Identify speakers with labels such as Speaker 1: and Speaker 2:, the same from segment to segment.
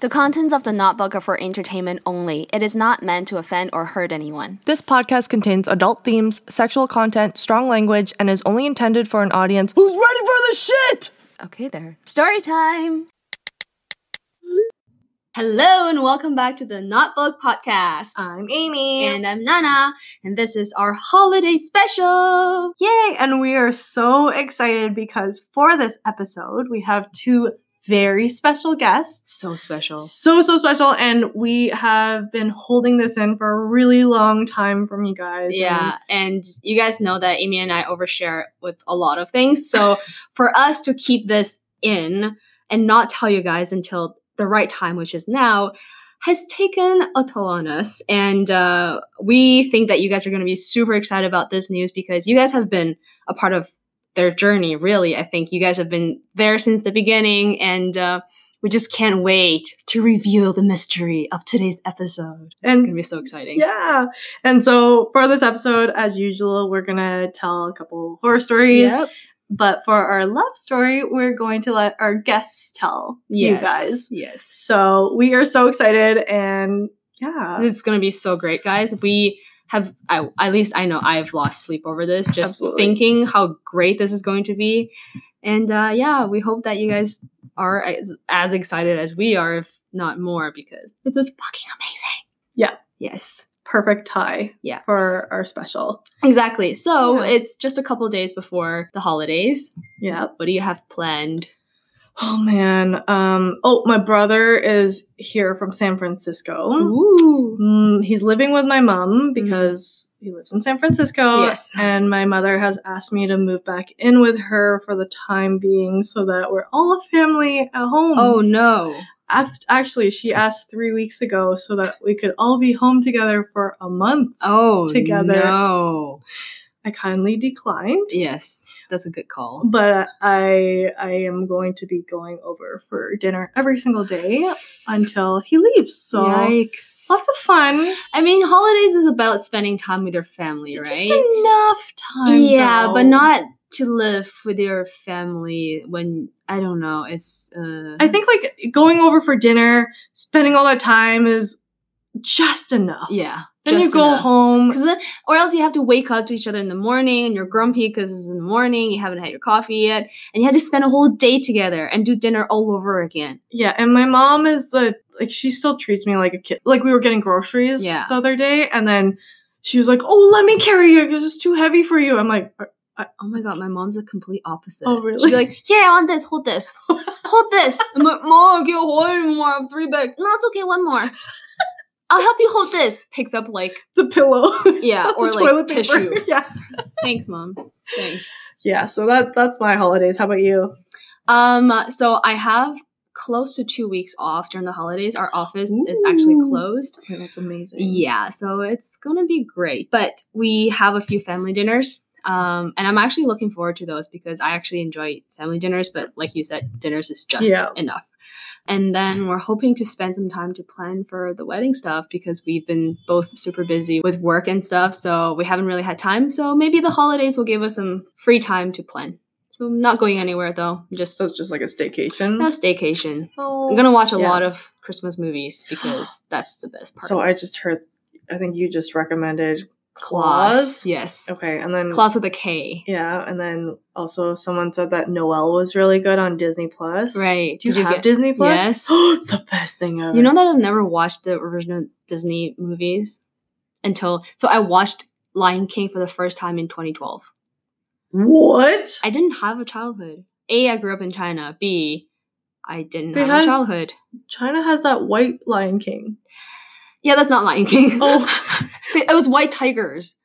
Speaker 1: The contents of the Notebook are for entertainment only. It is not meant to offend or hurt anyone.
Speaker 2: This podcast contains adult themes, sexual content, strong language, and is only intended for an audience who's ready for the shit!
Speaker 1: Okay, there. Story time! Hello, and welcome back to the Notebook Podcast.
Speaker 2: I'm Amy.
Speaker 1: and I'm Nana, and this is our holiday special.
Speaker 2: Yay! And we are so excited because for this episode, we have two very special guests.
Speaker 1: So special.
Speaker 2: So, so special. And we have been holding this in for a really long time from you guys.
Speaker 1: Yeah, and you guys know that Amy and I overshare with a lot of things. So for us to keep this in and not tell you guys until the right time, which is now, has taken a toll on us. And uh, we think that you guys are going to be super excited about this news because you guys have been a part of their journey, really. I think you guys have been there since the beginning. And uh, we just can't wait to reveal the mystery of today's episode. It's
Speaker 2: And-
Speaker 1: going to be so exciting.
Speaker 2: Yeah. And so for this episode, as usual, we're going to tell a couple horror stories.
Speaker 1: Yep.
Speaker 2: But for our love story, we're going to let our guests tell you guys.
Speaker 1: Yes.
Speaker 2: So we are so excited. And yeah,
Speaker 1: It's gonna be so great, guys. We have, I, at least I know I've lost sleep over this, just
Speaker 2: Absolutely.
Speaker 1: thinking how great this is going to be. And uh, yeah, we hope that you guys are as, as excited as we are, if not more, because this is fucking amazing.
Speaker 2: Yeah.
Speaker 1: Yes.
Speaker 2: perfect tie
Speaker 1: Yeah.
Speaker 2: for our special.
Speaker 1: exactly. So
Speaker 2: Yeah.
Speaker 1: it's just a couple days before the holidays.
Speaker 2: Yeah.
Speaker 1: What do you have planned?
Speaker 2: Oh man. Um oh, my brother is here from San Francisco.
Speaker 1: Ooh. Mm-hmm.
Speaker 2: Mm, he's living with my mom because he lives in San Francisco.
Speaker 1: Yes.
Speaker 2: And my mother has asked me to move back in with her for the time being so that we're all a family at home.
Speaker 1: Oh no.
Speaker 2: Aft- actually, she asked three weeks ago so that we could all be home together for a month.
Speaker 1: Oh.
Speaker 2: Together.
Speaker 1: No.
Speaker 2: I kindly declined.
Speaker 1: Yes. That's a good call.
Speaker 2: But I I am going to be going over for dinner every single day until he leaves. So
Speaker 1: Yikes.
Speaker 2: lots of fun.
Speaker 1: I mean, holidays is about spending time with your family,
Speaker 2: Just
Speaker 1: right?
Speaker 2: enough time.
Speaker 1: yeah,
Speaker 2: though.
Speaker 1: but not to live with your family when I don't know. It's uh,
Speaker 2: I think like going over for dinner, spending all that time is just enough.
Speaker 1: yeah.
Speaker 2: Then you
Speaker 1: just
Speaker 2: go
Speaker 1: enough.
Speaker 2: home.
Speaker 1: 'Cause then- or else you have to wake up to each other in the morning and you're grumpy because it's in the morning, you haven't had your coffee yet, and you had to spend a whole day together and do dinner all over again.
Speaker 2: Yeah, and my mom is the like she still treats me like a kid. Like we were getting groceries
Speaker 1: Yeah.
Speaker 2: the other day, and then she was like, "Oh, let me carry you because it's too heavy for you." I'm like,
Speaker 1: Oh my god, my mom's a complete opposite.
Speaker 2: Oh,
Speaker 1: She'd
Speaker 2: really?
Speaker 1: be like, here, I want this, hold this, hold this. I'm like, Mom, get one more, I'm three back. No, it's okay, one more. I'll help you hold this. Picks up like
Speaker 2: "The pillow,
Speaker 1: Yeah,
Speaker 2: the
Speaker 1: or like
Speaker 2: toilet paper."
Speaker 1: tissue.
Speaker 2: Yeah,
Speaker 1: Thanks, mom. Thanks.
Speaker 2: yeah. So that that's my holidays. How about you?
Speaker 1: Um, so I have close to two weeks off during the holidays. Our office is actually
Speaker 2: Ooh.
Speaker 1: closed.
Speaker 2: Okay, that's amazing.
Speaker 1: Yeah, so it's gonna be great. But we have a few family dinners. Um, and I'm actually looking forward to those because I actually enjoy family dinners, but like you said, dinners is just
Speaker 2: Yeah.
Speaker 1: enough. And then we're hoping to spend some time to plan for the wedding stuff because we've been both super busy with work and stuff, so we haven't really had time. So maybe the holidays will give us some free time to plan. So I'm not going anywhere though. I'm just
Speaker 2: So it's just like a staycation.
Speaker 1: a staycation.
Speaker 2: oh.
Speaker 1: I'm gonna watch a
Speaker 2: Yeah.
Speaker 1: lot of Christmas movies because that's the best part.
Speaker 2: So I just heard. I think you just recommended
Speaker 1: Claws,
Speaker 2: claws.
Speaker 1: yes,
Speaker 2: Okay, and then
Speaker 1: Claws with a K.
Speaker 2: Yeah, and then also someone said that Noel was really good on Disney Plus.
Speaker 1: Right?
Speaker 2: Do you, have Disney Plus?
Speaker 1: Yes.
Speaker 2: it's the best thing ever.
Speaker 1: You know that I've never watched the original Disney movies until so I watched Lion King for the first time in 2012.
Speaker 2: what?
Speaker 1: I didn't have a childhood. A, I grew up in China. B, I didn't
Speaker 2: They
Speaker 1: have
Speaker 2: had-
Speaker 1: a childhood.
Speaker 2: China has that white Lion King,
Speaker 1: Yeah, that's not Lion King.
Speaker 2: Oh.
Speaker 1: it was White Tigers.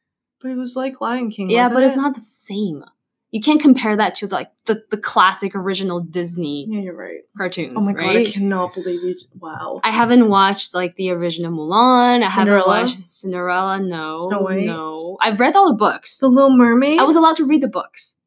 Speaker 2: but it Mm, was like Lion King.
Speaker 1: Yeah,
Speaker 2: wasn't
Speaker 1: but it's
Speaker 2: it?
Speaker 1: not the same. You can't compare that to like the, the classic original Disney
Speaker 2: Yeah, you're right.
Speaker 1: cartoons.
Speaker 2: Oh my god, I
Speaker 1: right?
Speaker 2: cannot believe you. Wow.
Speaker 1: I haven't watched like the original Mulan. I haven't
Speaker 2: Cinderella?
Speaker 1: watched Cinderella. No,
Speaker 2: Snow White?
Speaker 1: no. I've read all the books.
Speaker 2: the Little Mermaid.
Speaker 1: I was allowed to read the books,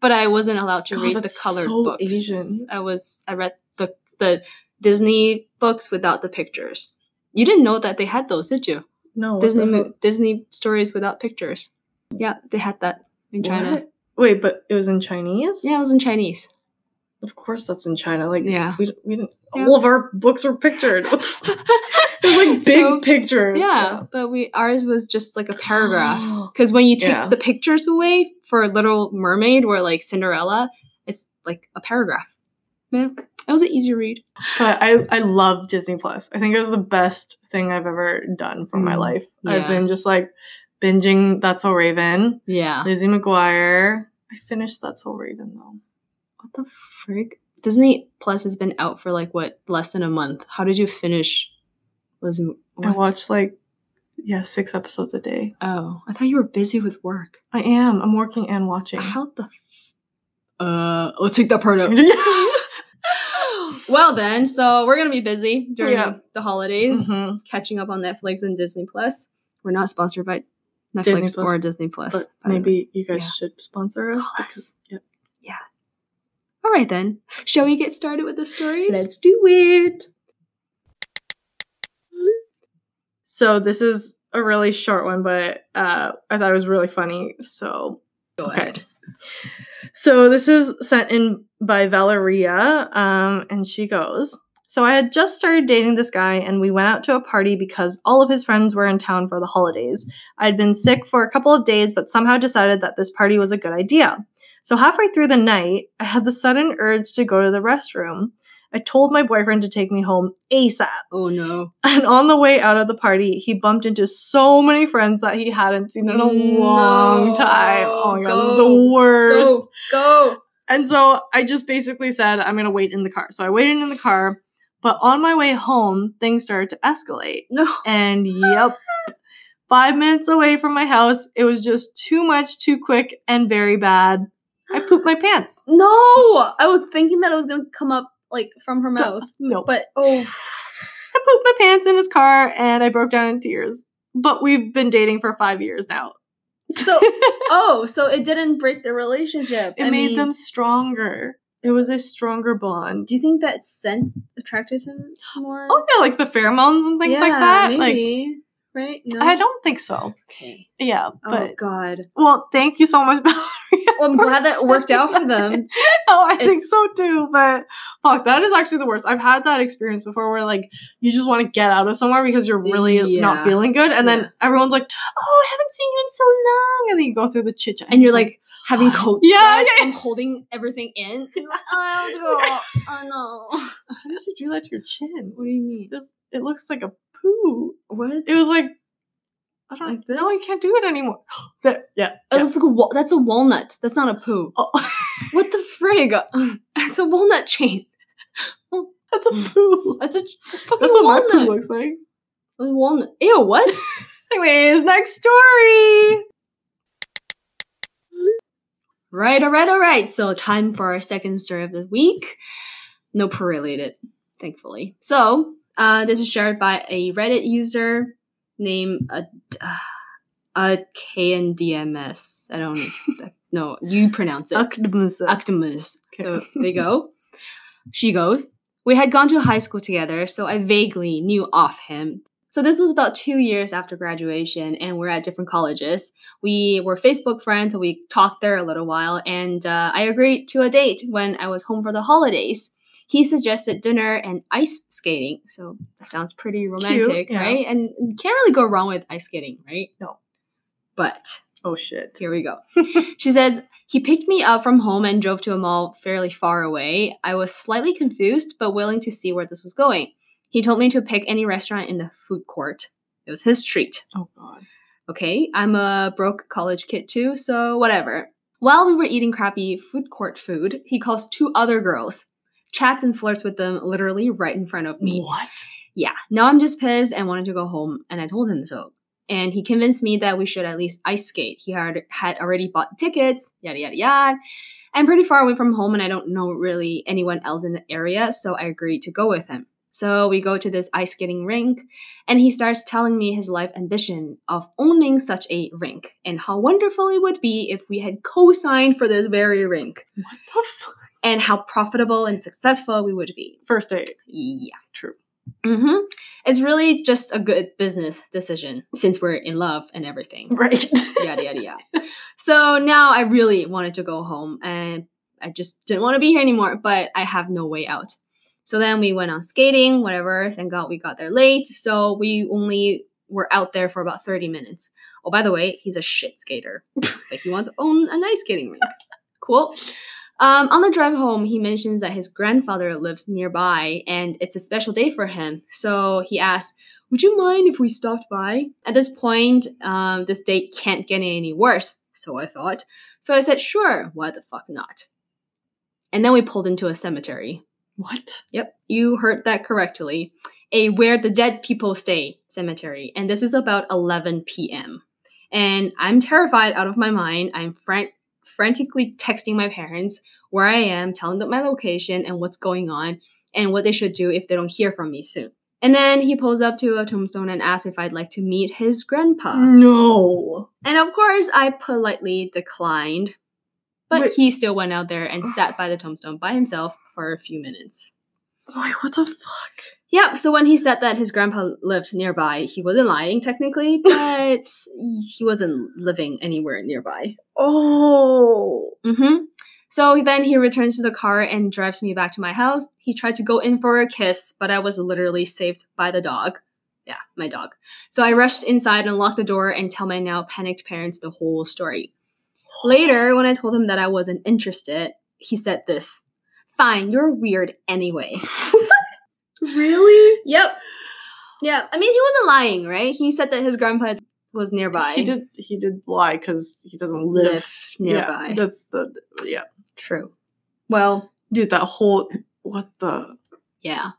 Speaker 1: but I wasn't allowed to
Speaker 2: God,
Speaker 1: read the
Speaker 2: that's
Speaker 1: colored
Speaker 2: so
Speaker 1: books.
Speaker 2: Asian.
Speaker 1: I was I read the the Disney books without the pictures. You didn't know that they had those, did you?
Speaker 2: no
Speaker 1: Disney
Speaker 2: Oh, what the
Speaker 1: mo- Disney stories without pictures. Yeah, they had that in
Speaker 2: hell-
Speaker 1: China.
Speaker 2: What? Wait, but it was in Chinese.
Speaker 1: Yeah, it was in Chinese.
Speaker 3: of course that's in China. Like,
Speaker 1: Yeah.
Speaker 3: we, we didn't,
Speaker 1: Yeah.
Speaker 3: all of our books were pictured. What the fuck? There's like big
Speaker 1: So-
Speaker 3: pictures.
Speaker 1: yeah, but we ours was just like a paragraph. Because when you take
Speaker 3: Yeah.
Speaker 1: the pictures away for Little Mermaid or like Cinderella, it's like a paragraph. Yeah, it was an easy read.
Speaker 3: But I, I love Disney Plus. I think it was the best thing I've ever done for my
Speaker 1: Mm,
Speaker 3: life.
Speaker 1: yeah.
Speaker 3: I've been just like binging That's So Raven,
Speaker 1: Yeah.
Speaker 3: Lizzie McGuire. I finished That's So Raven though.
Speaker 1: What the frick? Disney Plus has been out for like what less than a month. How did you finish? Lizzie?
Speaker 3: I
Speaker 1: what?
Speaker 3: watch like, yeah, six episodes a day.
Speaker 1: Oh, I thought you were busy with work.
Speaker 3: I am. I'm working and watching.
Speaker 1: How the? Uh, let's take that part out.
Speaker 3: Mhm.
Speaker 1: well then, so we're gonna be busy during
Speaker 3: Yeah. Mm-hmm.
Speaker 1: the holidays. catching up on Netflix and Disney Plus. We're not sponsored by Netflix
Speaker 3: Disney Plus,
Speaker 1: or Disney Plus.
Speaker 3: But
Speaker 1: by the way.
Speaker 3: maybe you guys
Speaker 1: Yeah.
Speaker 3: should sponsor us.
Speaker 1: Call
Speaker 3: because-
Speaker 1: us. All right then. Shall we get started with the stories?
Speaker 3: Let's do it. So this is a really short one, but uh, I thought it was really funny. So
Speaker 1: go
Speaker 3: okay.
Speaker 1: ahead.
Speaker 3: So this is sent in by Valeria, um, and she goes. So I had just started dating this guy, and we went out to a party because all of his friends were in town for the holidays. I'd been sick for a couple of days, but somehow decided that this party was a good idea. So halfway through the night, I had the sudden urge to go to the restroom. I told my boyfriend to take me home ASAP.
Speaker 1: Oh no.
Speaker 3: And on the way out of the party, he bumped into so many friends that he hadn't seen in a long
Speaker 1: No.
Speaker 3: time. Oh my god, this is
Speaker 1: Go.
Speaker 3: the worst.
Speaker 1: Go. Go.
Speaker 3: And so I just basically said, I'm going to wait in the car. So I waited in the car. But on my way home, things started to escalate.
Speaker 1: No.
Speaker 3: And yep, five minutes away from my house, it was just too much, too quick, and very bad. I pooped my pants.
Speaker 1: No. I was thinking that it was gonna come up like from her mouth.
Speaker 3: No. But
Speaker 1: But oh
Speaker 3: I pooped my pants in his car and I broke down in tears. But we've been dating for five years now.
Speaker 1: so oh, so it didn't break the relationship.
Speaker 3: It
Speaker 1: I
Speaker 3: made
Speaker 1: mean,
Speaker 3: them stronger. It was a stronger bond.
Speaker 1: do you think that scent attracted him more?
Speaker 3: Oh, yeah, like the pheromones and things like
Speaker 1: Yeah,
Speaker 3: that.
Speaker 1: Maybe. right? No.
Speaker 3: Like, I don't think so.
Speaker 1: Okay.
Speaker 3: Yeah, but
Speaker 1: oh god.
Speaker 3: Well, thank you so much, Valeria.
Speaker 1: Well, I'm
Speaker 3: for
Speaker 1: glad that it worked
Speaker 3: sending
Speaker 1: out for
Speaker 3: that.
Speaker 1: them.
Speaker 3: Oh, I think
Speaker 1: It's-
Speaker 3: so too. But fuck, that is actually the worst. I've had that experience before where like you just want to get out of somewhere because you're really
Speaker 1: Yeah.
Speaker 3: not feeling good, and
Speaker 1: Yeah.
Speaker 3: then everyone's like, "Oh, I haven't seen you in so long," and then you go through the chit chat,
Speaker 1: and you're like having cold
Speaker 3: Yeah,
Speaker 1: sweats
Speaker 3: yeah,
Speaker 1: and holding everything in. oh, no.
Speaker 3: "How did you do that to your chin?
Speaker 1: What do you mean?
Speaker 3: This it looks like a poo.
Speaker 1: What?
Speaker 3: It was like." I don't
Speaker 1: Like
Speaker 3: know. I
Speaker 1: this?
Speaker 3: can't do it anymore. That, yeah.
Speaker 1: It
Speaker 3: yeah.
Speaker 1: was like a wa- that's a walnut. That's not a poo.
Speaker 3: Oh,
Speaker 1: What the frig? That's a walnut chain. Mm.
Speaker 3: that's a poo.
Speaker 1: That's a that's a fucking
Speaker 3: That's what
Speaker 1: walnut.
Speaker 3: my poo looks like.
Speaker 1: A walnut. Ew, what?
Speaker 3: Anyways, next story.
Speaker 1: right, all right, all right. So time for our second story of the week. No poo related, thankfully. So uh, this is shared by a Reddit user named a uh, a K and DMS. I don't know. You pronounce it. Octamus. So
Speaker 3: Okay.
Speaker 1: they go. She goes. We had gone to high school together, so I vaguely knew off him. So this was about two years after graduation, and we're at different colleges. We were Facebook friends, and we talked there a little while. And uh, I agreed to a date when I was home for the holidays. He suggested dinner and ice skating. So that sounds pretty romantic,
Speaker 3: yeah.
Speaker 1: right? And you can't really go wrong with ice skating, right?
Speaker 3: No.
Speaker 1: But
Speaker 3: oh shit.
Speaker 1: here we go. she says, He picked me up from home and drove to a mall fairly far away. I was slightly confused, but willing to see where this was going. He told me to pick any restaurant in the food court. It was his treat
Speaker 3: Oh god.
Speaker 1: okay, I'm a broke college kid too, so whatever. While we were eating crappy food court food, he calls two other girls, chats and flirts with them literally right in front of me.
Speaker 3: What?
Speaker 1: Yeah, now I'm just pissed and wanted to go home, and I told him so. And he convinced me that we should at least ice skate. He had, had already bought tickets, yada, yada, yada. I'm pretty far away from home, and I don't know really anyone else in the area, so I agreed to go with him. So we go to this ice skating rink, and he starts telling me his life ambition of owning such a rink and how wonderful it would be if we had co signed for this very rink
Speaker 3: What the fuck?
Speaker 1: and how profitable and successful we would be.
Speaker 3: First date.
Speaker 1: Yeah.
Speaker 3: True.
Speaker 1: Mm-hmm. It's really just a good business decision since we're in love and everything.
Speaker 3: Right.
Speaker 1: yada yada yada. So now I really wanted to go home and I just didn't want to be here anymore, but I have no way out. So then we went on skating, whatever. Thank God we got there late. So we only were out there for about 30 minutes. Oh, by the way, he's a shit skater. like he wants to own an ice skating rink. Cool. Um, on the drive home, he mentions that his grandfather lives nearby and it's a special day for him. So he asks, Would you mind if we stopped by? At this point, um, this day can't get any worse, so I thought. So I said, Sure, why the fuck not? And then we pulled into a cemetery.
Speaker 3: What?
Speaker 1: Yep, you heard that correctly. A Where the Dead People Stay cemetery. And this is about 11 p.m. And I'm terrified out of my mind. I'm frank frantically texting my parents where I am, telling them my location and what's going on and what they should do if they don't hear from me soon. And then he pulls up to a tombstone and asks if I'd like to meet his grandpa.
Speaker 3: Mm. No.
Speaker 1: And of course, I politely declined, but
Speaker 3: Wait.
Speaker 1: he still went out there and sat by the tombstone by himself for a few minutes.
Speaker 3: Boy, what the fuck?
Speaker 1: Yep, so when he said that his grandpa lived nearby, he wasn't lying technically, but he wasn't living anywhere nearby.
Speaker 3: Oh.
Speaker 1: Mm-hmm. So then he returns to the car and drives me back to my house. He tried to go in for a kiss, but I was literally saved by the dog. Yeah, my dog. So I rushed inside and locked the door and tell my now panicked parents the whole story. Later, when I told him that I wasn't interested, he said this Fine, you're weird anyway.
Speaker 3: Really?
Speaker 1: yep. Yeah. I mean, he wasn't lying, right? He said that his grandpa was nearby.
Speaker 3: He did. He did lie because he doesn't live,
Speaker 1: nearby.
Speaker 3: Yeah, that's the yeah.
Speaker 1: True. Well,
Speaker 3: Dude, that whole what the?
Speaker 1: yeah.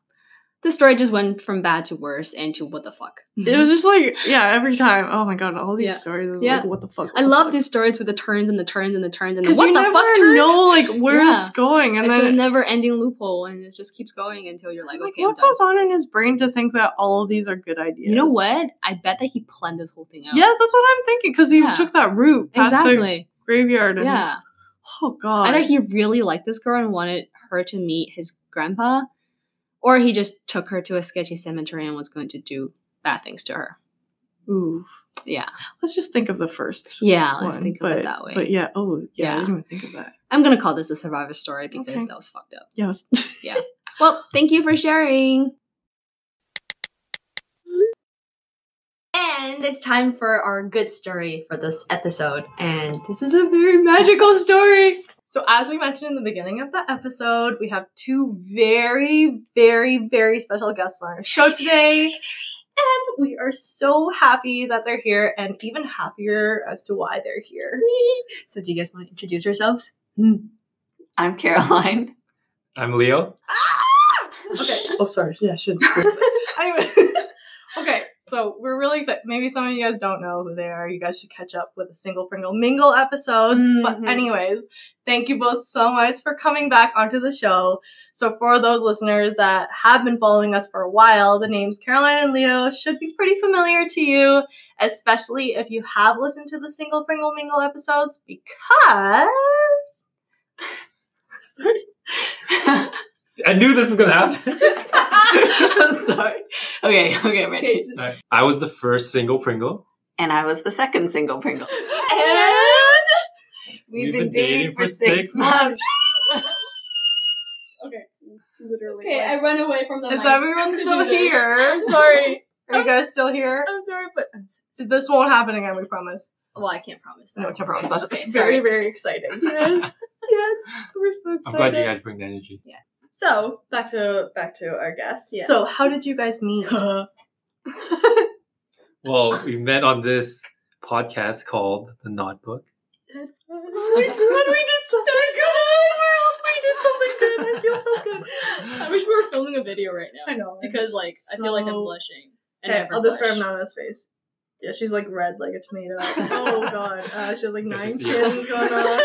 Speaker 1: The story just went from bad to worse and to what the fuck.
Speaker 3: It was just like yeah. Every time. Oh my god. All these
Speaker 1: Yeah.
Speaker 3: stories. Is
Speaker 1: Yeah.
Speaker 3: Like, what the fuck?
Speaker 1: I love these stories with the turns and the turns and the turns and the
Speaker 3: because
Speaker 1: what
Speaker 3: you
Speaker 1: the
Speaker 3: never
Speaker 1: fuck turn?
Speaker 3: know like where
Speaker 1: Yeah.
Speaker 3: it's going, and
Speaker 1: it's a
Speaker 3: then
Speaker 1: never ending loophole and it just keeps going until you're like,
Speaker 3: like
Speaker 1: okay, I'm
Speaker 3: what
Speaker 1: done.
Speaker 3: goes on in his brain to think that all of these are good ideas?
Speaker 1: You know what? I bet that he planned this whole thing out.
Speaker 3: Yeah, that's what I'm thinking. Because he
Speaker 1: Yeah.
Speaker 3: took that route past the
Speaker 1: Exactly.
Speaker 3: graveyard. And,
Speaker 1: Yeah.
Speaker 3: Oh god.
Speaker 1: Either he really liked this girl and wanted her to meet his grandpa, or he just took her to a sketchy cemetery and was going to do bad things to her.
Speaker 3: Ooh.
Speaker 1: Yeah.
Speaker 3: Let's just think of the first.
Speaker 1: Yeah, let's
Speaker 3: one,
Speaker 1: think of
Speaker 3: but,
Speaker 1: it that way.
Speaker 3: But yeah. Oh yeah. I
Speaker 1: Yeah.
Speaker 3: didn't even think of that.
Speaker 1: I'm going to call this a survivor story because
Speaker 3: Okay.
Speaker 1: that was fucked up.
Speaker 3: Yes.
Speaker 1: Well, thank you for sharing. And it's time for our good story for this episode. And this is a very magical story.
Speaker 3: So, as we mentioned in the beginning of the episode, we have two very, very, very special guests on our show today. And we are so happy that they're here and even happier as to why they're here.
Speaker 1: So, do you guys want to introduce yourselves? Hmm.
Speaker 4: I'm Caroline. Ah!
Speaker 5: I'm Leo.
Speaker 3: Okay. oh, sorry. Yeah, I should. anyway. Okay, so we're really excited. Maybe some of you guys don't know who they are. You guys should catch up with the Single Pringle Mingle episodes.
Speaker 1: Mhm.
Speaker 3: But, anyways, thank you both so much for coming back onto the show. So, for those listeners that have been following us for a while, the names Caroline and Leo should be pretty familiar to you, especially if you have listened to the Single Pringle Mingle episodes, because.
Speaker 5: I knew this was gonna happen.
Speaker 4: I'm sorry. Okay, okay, ready.
Speaker 3: Okay,
Speaker 5: Alright. I was the first single Pringle.
Speaker 4: And I was the second single Pringle.
Speaker 5: We've been dating for six
Speaker 4: months.
Speaker 3: Okay, literally.
Speaker 1: run away from the.
Speaker 3: Is everyone still here? Sorry. Are you guys still here?
Speaker 1: I'm sorry, but
Speaker 3: This won't happen again, we promise.
Speaker 1: well, I can't promise that.
Speaker 3: No, I can promise that. It's
Speaker 1: sorry.
Speaker 3: very, very exciting. Yes. yes. We're so excited.
Speaker 5: I'm glad you guys bring the energy.
Speaker 3: So back to back to our guests.
Speaker 1: Yeah.
Speaker 3: So how did you guys meet?
Speaker 5: Well, we met on this podcast called The Knot Book.
Speaker 3: Oh my god, we did something good. We did something good. I feel so good.
Speaker 1: I wish we were filming a video right now.
Speaker 3: I know.
Speaker 1: Because like I feel like I'm
Speaker 3: So-
Speaker 1: blushing. And
Speaker 3: okay,
Speaker 1: never
Speaker 3: I'll describe
Speaker 1: blush.
Speaker 3: Nana's face. Yeah, she's like red like a tomato. oh god. Uh, she has like
Speaker 5: Good to
Speaker 3: nine
Speaker 5: see you.
Speaker 3: chins going on.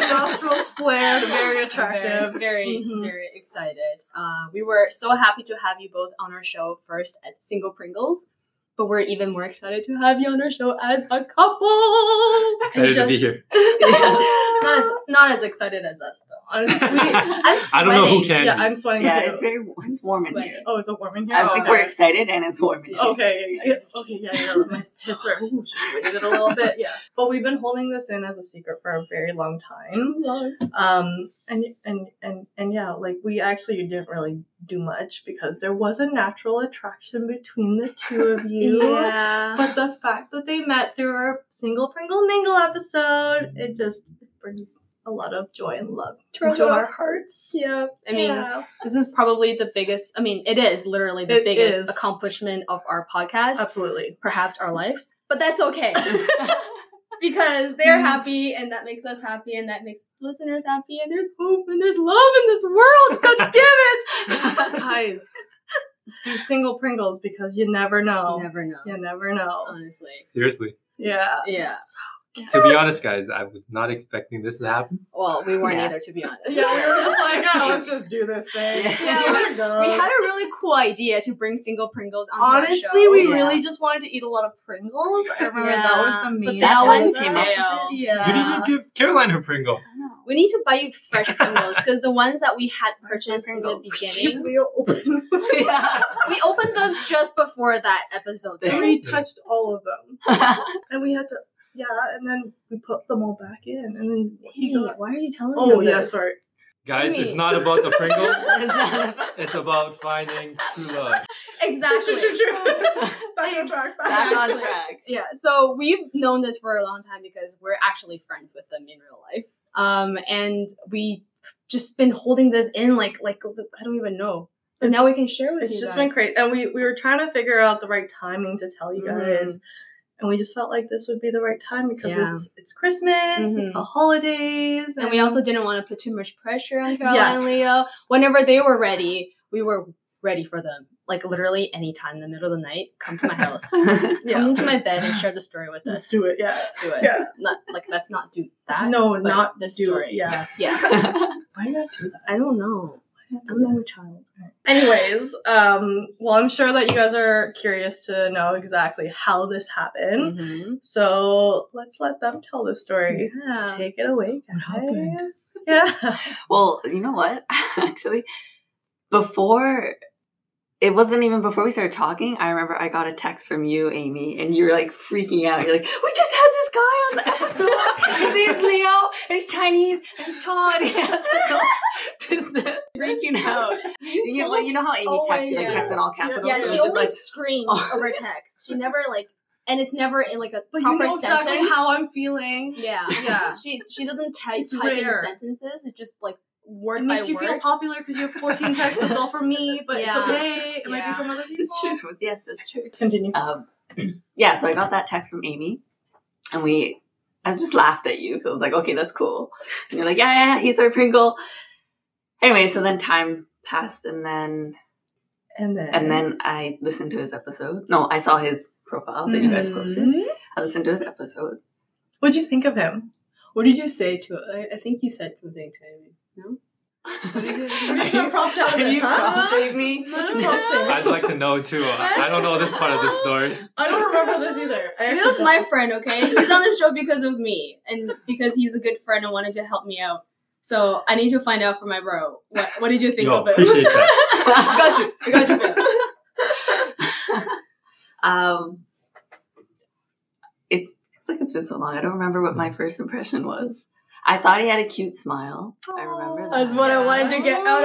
Speaker 3: Nostrils flared, very attractive.
Speaker 1: Very, very,
Speaker 3: Mhm.
Speaker 1: very excited. Uh, we were so happy to have you both on our show first as single Pringles, but we're even more excited to have you on our show as a couple.
Speaker 5: Excited to
Speaker 1: Just-
Speaker 5: be here.
Speaker 1: not as not as excited as us though. Honestly, I'm
Speaker 5: I
Speaker 1: sweating.
Speaker 5: don't know who can
Speaker 3: yeah,
Speaker 5: be.
Speaker 3: I'm sweating
Speaker 4: Yeah,
Speaker 3: too.
Speaker 4: it's very it's warm in
Speaker 3: Sweating.
Speaker 4: here.
Speaker 3: Oh, is it warm in here?
Speaker 4: I
Speaker 3: Oh,
Speaker 4: think
Speaker 3: okay.
Speaker 4: we're excited and it's warm in here.
Speaker 3: Okay, yeah, okay, yeah, yeah. My hips are. Ooh, should we wait it a little bit? Yeah, but we've been holding this in as a secret for a very long time. Um, and and and and yeah, like we actually didn't really do much because there was a natural attraction between the two of you.
Speaker 1: Yeah.
Speaker 3: But the fact that they met through our single Pringle Mingle episode, it just brings a lot of joy and love to our,
Speaker 1: To our
Speaker 3: hearts.
Speaker 1: yeah. I mean,
Speaker 3: Yeah.
Speaker 1: this is probably the biggest. I mean, it is literally the
Speaker 3: It
Speaker 1: biggest
Speaker 3: is.
Speaker 1: accomplishment of our podcast,
Speaker 3: absolutely.
Speaker 1: perhaps our lives. But that's okay because they're happy, and that makes us happy, and that makes listeners happy, and there's hope, and there's love in this world. God damn it!
Speaker 3: Guys, be single Pringles because you never know.
Speaker 1: You never know.
Speaker 3: You never know.
Speaker 1: Um, Honestly.
Speaker 5: Seriously.
Speaker 3: Yeah.
Speaker 1: Yeah.
Speaker 5: To be honest, guys, I was not expecting this to happen.
Speaker 1: Well, we weren't
Speaker 4: Yeah.
Speaker 1: either, to be honest.
Speaker 3: Yeah, we were just like, oh, let's just do this thing.
Speaker 4: Yeah.
Speaker 1: Yeah,
Speaker 3: Here we go.
Speaker 1: We had a really cool idea to bring single Pringles onto our
Speaker 3: Honestly, we
Speaker 4: Yeah.
Speaker 3: really just wanted to eat a lot of Pringles. I remember that
Speaker 1: Yeah,
Speaker 3: was the
Speaker 1: but
Speaker 3: main.
Speaker 4: that
Speaker 3: one
Speaker 4: one's
Speaker 1: stale.
Speaker 5: Who
Speaker 3: Yeah.
Speaker 5: didn't give Caroline her Pringle?
Speaker 1: We need to buy you fresh Pringles because the ones that we had purchased in the beginning,
Speaker 3: We opened.
Speaker 4: yeah.
Speaker 1: we opened them just before that episode. Though.
Speaker 3: we touched all of them, and we had to. Yeah, and then we put them all back in, and then he got.
Speaker 1: why are you telling
Speaker 3: Oh
Speaker 1: them
Speaker 3: yeah,
Speaker 1: this?
Speaker 3: sorry.
Speaker 5: Guys,
Speaker 1: Amy.
Speaker 5: it's not about the Pringles.
Speaker 4: It's not about-
Speaker 5: it's about finding true love.
Speaker 1: Exactly.
Speaker 3: True, true, true. back on track.
Speaker 4: Back on track.
Speaker 1: Yeah, so we've known this for a long time because we're actually friends with them in real life. Um, and we just been holding this in like like I don't even know. But
Speaker 3: It's-
Speaker 1: now we can share with
Speaker 3: It's
Speaker 1: you.
Speaker 3: just
Speaker 1: guys.
Speaker 3: been great, and we we were trying to figure out the right timing to tell you
Speaker 1: Mhm.
Speaker 3: guys, and we just felt like this would be the right time because
Speaker 1: Yeah.
Speaker 3: it's it's Christmas,
Speaker 1: Mhm.
Speaker 3: it's the holidays,
Speaker 1: And we also didn't want to put too much pressure on Caroline
Speaker 3: Yes.
Speaker 1: and Leo. Whenever they were ready, we were ready for them. Like literally anytime in the middle of the night, come to my house. come
Speaker 3: yeah,
Speaker 1: into my bed and share the story with
Speaker 3: let's
Speaker 1: us.
Speaker 3: do it. Yeah,
Speaker 1: Let's do it.
Speaker 3: yeah.
Speaker 1: Not like let's not do that.
Speaker 3: no,
Speaker 1: but
Speaker 3: not
Speaker 1: this
Speaker 3: do
Speaker 1: story.
Speaker 3: it. Yeah,
Speaker 1: Yes.
Speaker 3: why not do that?
Speaker 1: I don't know. I'm not a child.
Speaker 3: Anyways, um, well, I'm sure that you guys are curious to know exactly how this happened.
Speaker 1: Mhm.
Speaker 3: So let's let them tell the story.
Speaker 1: Yeah.
Speaker 3: Take it away,
Speaker 4: happened?
Speaker 3: guys. Yeah.
Speaker 4: Well, you know what? Actually, before it wasn't even before we started talking, I remember I got a text from you, Amy, and you were like freaking out. You're like, we just had this guy on the episode. His name's Leo, and he's Chinese, and he's tall, and he has his own business. Freaking out. You know, well, you know how Amy
Speaker 1: Oh,
Speaker 4: texts you, like
Speaker 1: yeah.
Speaker 4: texts in all capitals?
Speaker 1: Yeah,
Speaker 4: It was
Speaker 1: she
Speaker 4: just
Speaker 1: only
Speaker 4: like,
Speaker 1: screams
Speaker 4: Oh.
Speaker 1: over text. She never like, and it's never in like a
Speaker 3: But you
Speaker 1: proper
Speaker 3: know
Speaker 1: sentence.
Speaker 3: exactly how I'm feeling.
Speaker 1: yeah,
Speaker 3: Yeah.
Speaker 1: she she doesn't type
Speaker 3: It's
Speaker 1: type in
Speaker 3: rare.
Speaker 1: sentences. It's just like word
Speaker 3: It makes
Speaker 1: by
Speaker 3: you
Speaker 1: word.
Speaker 3: feel popular because you have 14 texts. That's all for me, but it's
Speaker 1: Yeah.
Speaker 3: okay. It might be
Speaker 1: Yeah.
Speaker 3: from other people.
Speaker 4: it's true. Yes, it's true.
Speaker 3: Continue.
Speaker 4: Um, yeah, so I got that text from Amy, and we, I just laughed at you because I was like, okay, that's cool. And you're like, yeah, yeah, yeah, he's our Pringle. Anyway, so then time passed, and then
Speaker 3: and then.
Speaker 2: Mm-hmm.
Speaker 4: and then I listened to his episode. No, I saw his profile that you guys posted.
Speaker 1: Mhm.
Speaker 4: I listened to his episode.
Speaker 3: What'd you think of him?
Speaker 1: What did you say to? I, I think you said something to me. No.
Speaker 3: You're trying to prompt out of
Speaker 4: Are
Speaker 3: this,
Speaker 4: you
Speaker 3: huh?
Speaker 4: prompting me?
Speaker 3: What you prompting?
Speaker 5: I'd like to know too. I I don't know this part of this story.
Speaker 3: I don't remember this either. I
Speaker 1: Leo's
Speaker 3: actually
Speaker 1: my
Speaker 3: don't.
Speaker 1: friend, okay? He's on the show because of me and because he's a good friend and wanted to help me out. So I need to find out from my bro. What, what did you think
Speaker 5: Yo,
Speaker 1: of it?
Speaker 5: appreciate that.
Speaker 1: I got you. I got you. bro.
Speaker 4: Um, it's, it's like it's been so long. I don't remember what my
Speaker 1: Mm.
Speaker 4: first impression was. I thought he had a cute smile. I remember that.
Speaker 1: That's what I wanted to get out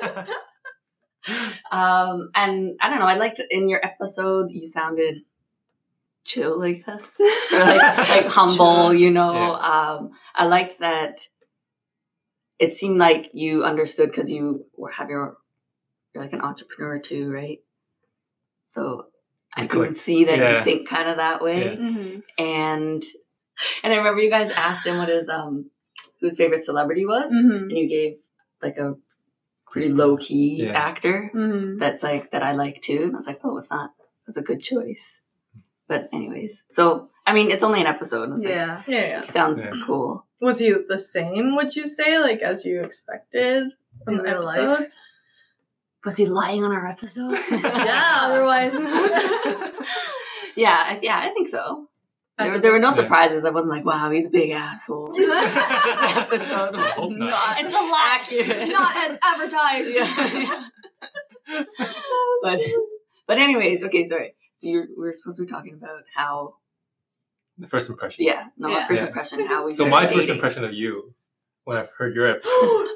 Speaker 1: of her.
Speaker 4: um, and I don't know. I liked in your episode you sounded chill, I guess, or like like humble. You know, um, I liked that. It seemed like you understood because you were have your you're like an entrepreneur too, right? So I
Speaker 5: It
Speaker 4: can
Speaker 5: clicked.
Speaker 4: see that
Speaker 5: Yeah.
Speaker 4: you think kind of that way
Speaker 5: Yeah.
Speaker 3: Mm-hmm.
Speaker 4: and and I remember you guys asked him what his um who his favorite celebrity was,
Speaker 1: Mhm.
Speaker 4: and you gave like a pretty low key
Speaker 5: Yeah.
Speaker 4: actor
Speaker 1: Mhm.
Speaker 4: that's like that I like too, and I was like, oh, it's not, it's a good choice. But anyways, so I mean, it's only an episode. I was like,
Speaker 1: Yeah.
Speaker 3: Yeah, yeah.
Speaker 4: he sounds
Speaker 5: Yeah.
Speaker 4: cool.
Speaker 3: Was he the same, would you say, like, as you expected from
Speaker 1: In
Speaker 3: the
Speaker 1: real
Speaker 3: episode?
Speaker 1: life? Was he lying on our episode?
Speaker 4: Yeah.
Speaker 1: Otherwise.
Speaker 4: yeah, I- yeah, I think so.
Speaker 3: I
Speaker 4: There,
Speaker 3: think
Speaker 4: there were no
Speaker 5: that's fair.
Speaker 4: surprises. I wasn't like, wow, he's a big asshole. this episode
Speaker 5: I hope
Speaker 4: was
Speaker 5: not.
Speaker 4: not
Speaker 1: It's a lie.
Speaker 4: accurate.
Speaker 1: Not as advertised.
Speaker 4: yeah. but but anyways, okay, sorry. So you're we are supposed to be talking about how
Speaker 5: The first impression.
Speaker 4: yeah, no, my
Speaker 1: Yeah.
Speaker 4: first
Speaker 5: Yeah.
Speaker 4: impression, how we
Speaker 5: So my
Speaker 4: started
Speaker 5: first
Speaker 4: dating.
Speaker 5: impression of you when I've heard your episode.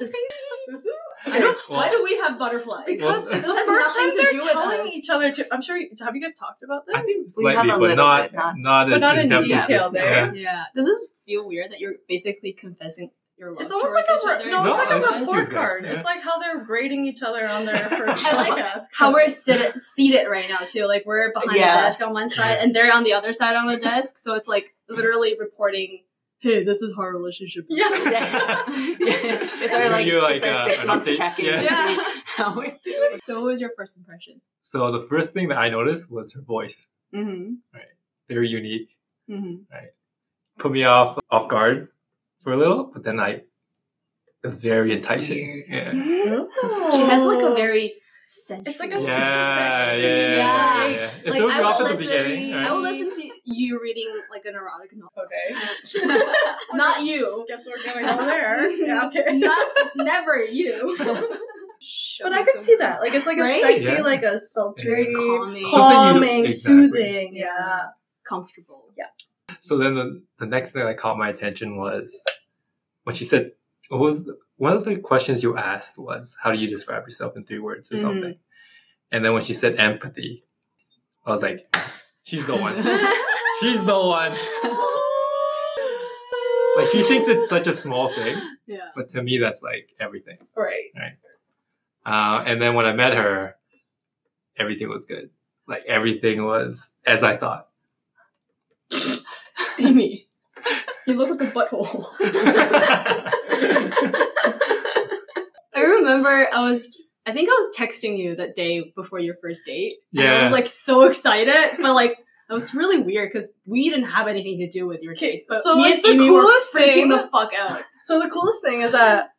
Speaker 3: I don't, why do we have butterflies?
Speaker 5: Because Well-
Speaker 3: it's
Speaker 5: it's
Speaker 3: the
Speaker 1: has
Speaker 3: first time
Speaker 1: nothing to do
Speaker 3: they're
Speaker 1: with
Speaker 3: telling
Speaker 1: us.
Speaker 3: each other to. I'm sure. you- Have you guys talked about this?
Speaker 5: I think
Speaker 4: We have
Speaker 5: slightly,
Speaker 4: a
Speaker 5: but
Speaker 4: little
Speaker 5: not
Speaker 4: bit, not-
Speaker 5: not
Speaker 3: But
Speaker 5: as
Speaker 3: not in
Speaker 5: depth as
Speaker 3: detail
Speaker 5: this.
Speaker 3: there.
Speaker 5: Yeah.
Speaker 1: Yeah. Does this feel weird that you're basically confessing your love
Speaker 3: It's almost
Speaker 1: towards
Speaker 3: like a
Speaker 1: each
Speaker 3: re-
Speaker 1: other?
Speaker 3: no,
Speaker 5: No,
Speaker 3: it's like
Speaker 5: I
Speaker 3: a
Speaker 5: think
Speaker 3: report
Speaker 5: so.
Speaker 3: card.
Speaker 5: Yeah.
Speaker 3: It's like how they're grading each other on their first
Speaker 1: I like
Speaker 3: podcast.
Speaker 1: how we're sit- seated right now too. Like we're behind
Speaker 4: Yeah.
Speaker 1: the desk on one side, and they're on the other side on the desk. So it's like literally reporting, "Hey, this is how our relationship." is."
Speaker 3: yeah.
Speaker 4: it's our
Speaker 5: Give
Speaker 4: like,
Speaker 5: you, like,
Speaker 4: it's our
Speaker 5: uh,
Speaker 4: six
Speaker 5: an
Speaker 4: month
Speaker 5: update.
Speaker 4: check-in.
Speaker 5: Yeah.
Speaker 1: Yeah.
Speaker 4: How we're doing.
Speaker 1: So what was your first impression?
Speaker 5: So the first thing that I noticed was her voice.
Speaker 1: Mm-hmm.
Speaker 5: Very unique.
Speaker 1: Mm-hmm.
Speaker 5: Put me off off guard for a little, but then I it was very enticing.
Speaker 4: Weird.
Speaker 5: Yeah.
Speaker 1: She has like a very sensual.
Speaker 3: It's like a
Speaker 5: Yeah,
Speaker 3: That's
Speaker 5: yeah,
Speaker 3: sexy.
Speaker 5: yeah, yeah,
Speaker 1: Yeah.
Speaker 5: yeah. It
Speaker 1: Like,
Speaker 5: throws
Speaker 1: I
Speaker 5: you off
Speaker 1: will
Speaker 5: at the
Speaker 1: listen-
Speaker 5: beginning.
Speaker 1: I
Speaker 5: Right?
Speaker 1: will listen to you reading like an erotic novel.
Speaker 3: okay.
Speaker 1: Not you.
Speaker 3: Oh, Guess we're going over there. yeah. Okay.
Speaker 1: Not never you.
Speaker 3: But I could see that. Like it's like a
Speaker 1: Right?
Speaker 3: sexy,
Speaker 5: Yeah.
Speaker 3: like a sultry,
Speaker 1: very calming,
Speaker 5: Something you don't-
Speaker 3: calming,
Speaker 5: Exactly.
Speaker 3: soothing. Yeah.
Speaker 1: comfortable.
Speaker 5: So then the, the next thing that caught my attention was when she said, what was the, one of the questions you asked was, how do you describe yourself in three words or
Speaker 1: Mhm.
Speaker 5: something? And then when she said empathy, I was like, she's the one. she's the one. Like she thinks it's such a small thing,
Speaker 1: Yeah.
Speaker 5: but to me that's like everything.
Speaker 3: Right.
Speaker 5: Uh, and then when I met her, everything was good. Like everything was as I thought.
Speaker 1: Amy, you look like a butthole. I remember I was, I think I was texting you that day before your first date. And I
Speaker 5: Yeah.
Speaker 1: was like so excited, but like, it was really weird because we didn't have anything to do with your case. But
Speaker 3: So,
Speaker 1: me
Speaker 3: like,
Speaker 1: and
Speaker 3: the
Speaker 1: Amy
Speaker 3: coolest
Speaker 1: were freaking
Speaker 3: thing-
Speaker 1: the fuck out.
Speaker 3: So the coolest thing is that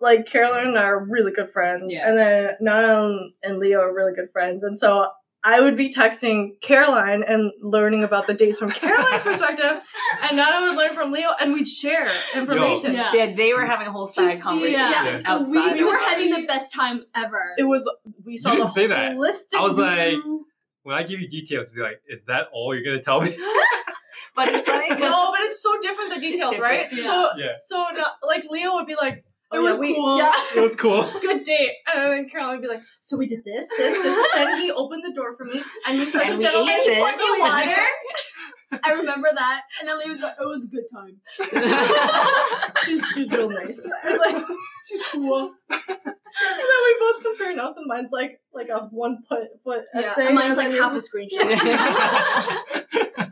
Speaker 3: like Carolyn and I are really good friends,
Speaker 1: Yeah.
Speaker 3: and then Nana and Leo are really good friends, and so I would be texting Caroline and learning about the dates from Caroline's perspective, and Nana would learn from Leo, and we'd share information.
Speaker 1: Yeah.
Speaker 4: They, they were having a whole
Speaker 3: To
Speaker 4: side
Speaker 3: see-
Speaker 4: conversation
Speaker 1: yeah.
Speaker 5: Mm. Yeah.
Speaker 3: So we-
Speaker 4: outside
Speaker 1: We were
Speaker 4: of-
Speaker 1: having the best time ever.
Speaker 3: It was we saw
Speaker 5: You
Speaker 3: the
Speaker 5: didn't say that.
Speaker 3: holistic
Speaker 5: I was like-
Speaker 3: view.
Speaker 5: When I give you details, you're like, is that all you're gonna tell me?
Speaker 4: But it's funny because
Speaker 3: no, but it's so different the details, right?
Speaker 4: different, yeah.
Speaker 3: So
Speaker 5: Yeah.
Speaker 3: so not, like Leo would be like,
Speaker 1: It
Speaker 3: "Oh,
Speaker 1: was
Speaker 3: yeah, we-
Speaker 1: cool."
Speaker 3: yeah.
Speaker 5: It was cool.
Speaker 3: good date. And then Caroline would be like, so we did this, this, this. and he opened the door for me. And you said
Speaker 4: And
Speaker 3: to
Speaker 4: we
Speaker 3: gentleman.
Speaker 4: ate
Speaker 1: and he poured
Speaker 4: this.
Speaker 1: me water. I remember that. And then Lee was like, it was a good time.
Speaker 3: She's, she's real nice. I was like, she's cool. and then we both compare notes, and mine's like like a one foot foot
Speaker 1: Yeah.
Speaker 3: essay.
Speaker 1: And mine's like
Speaker 3: then
Speaker 1: half a
Speaker 3: yours-
Speaker 1: screenshot.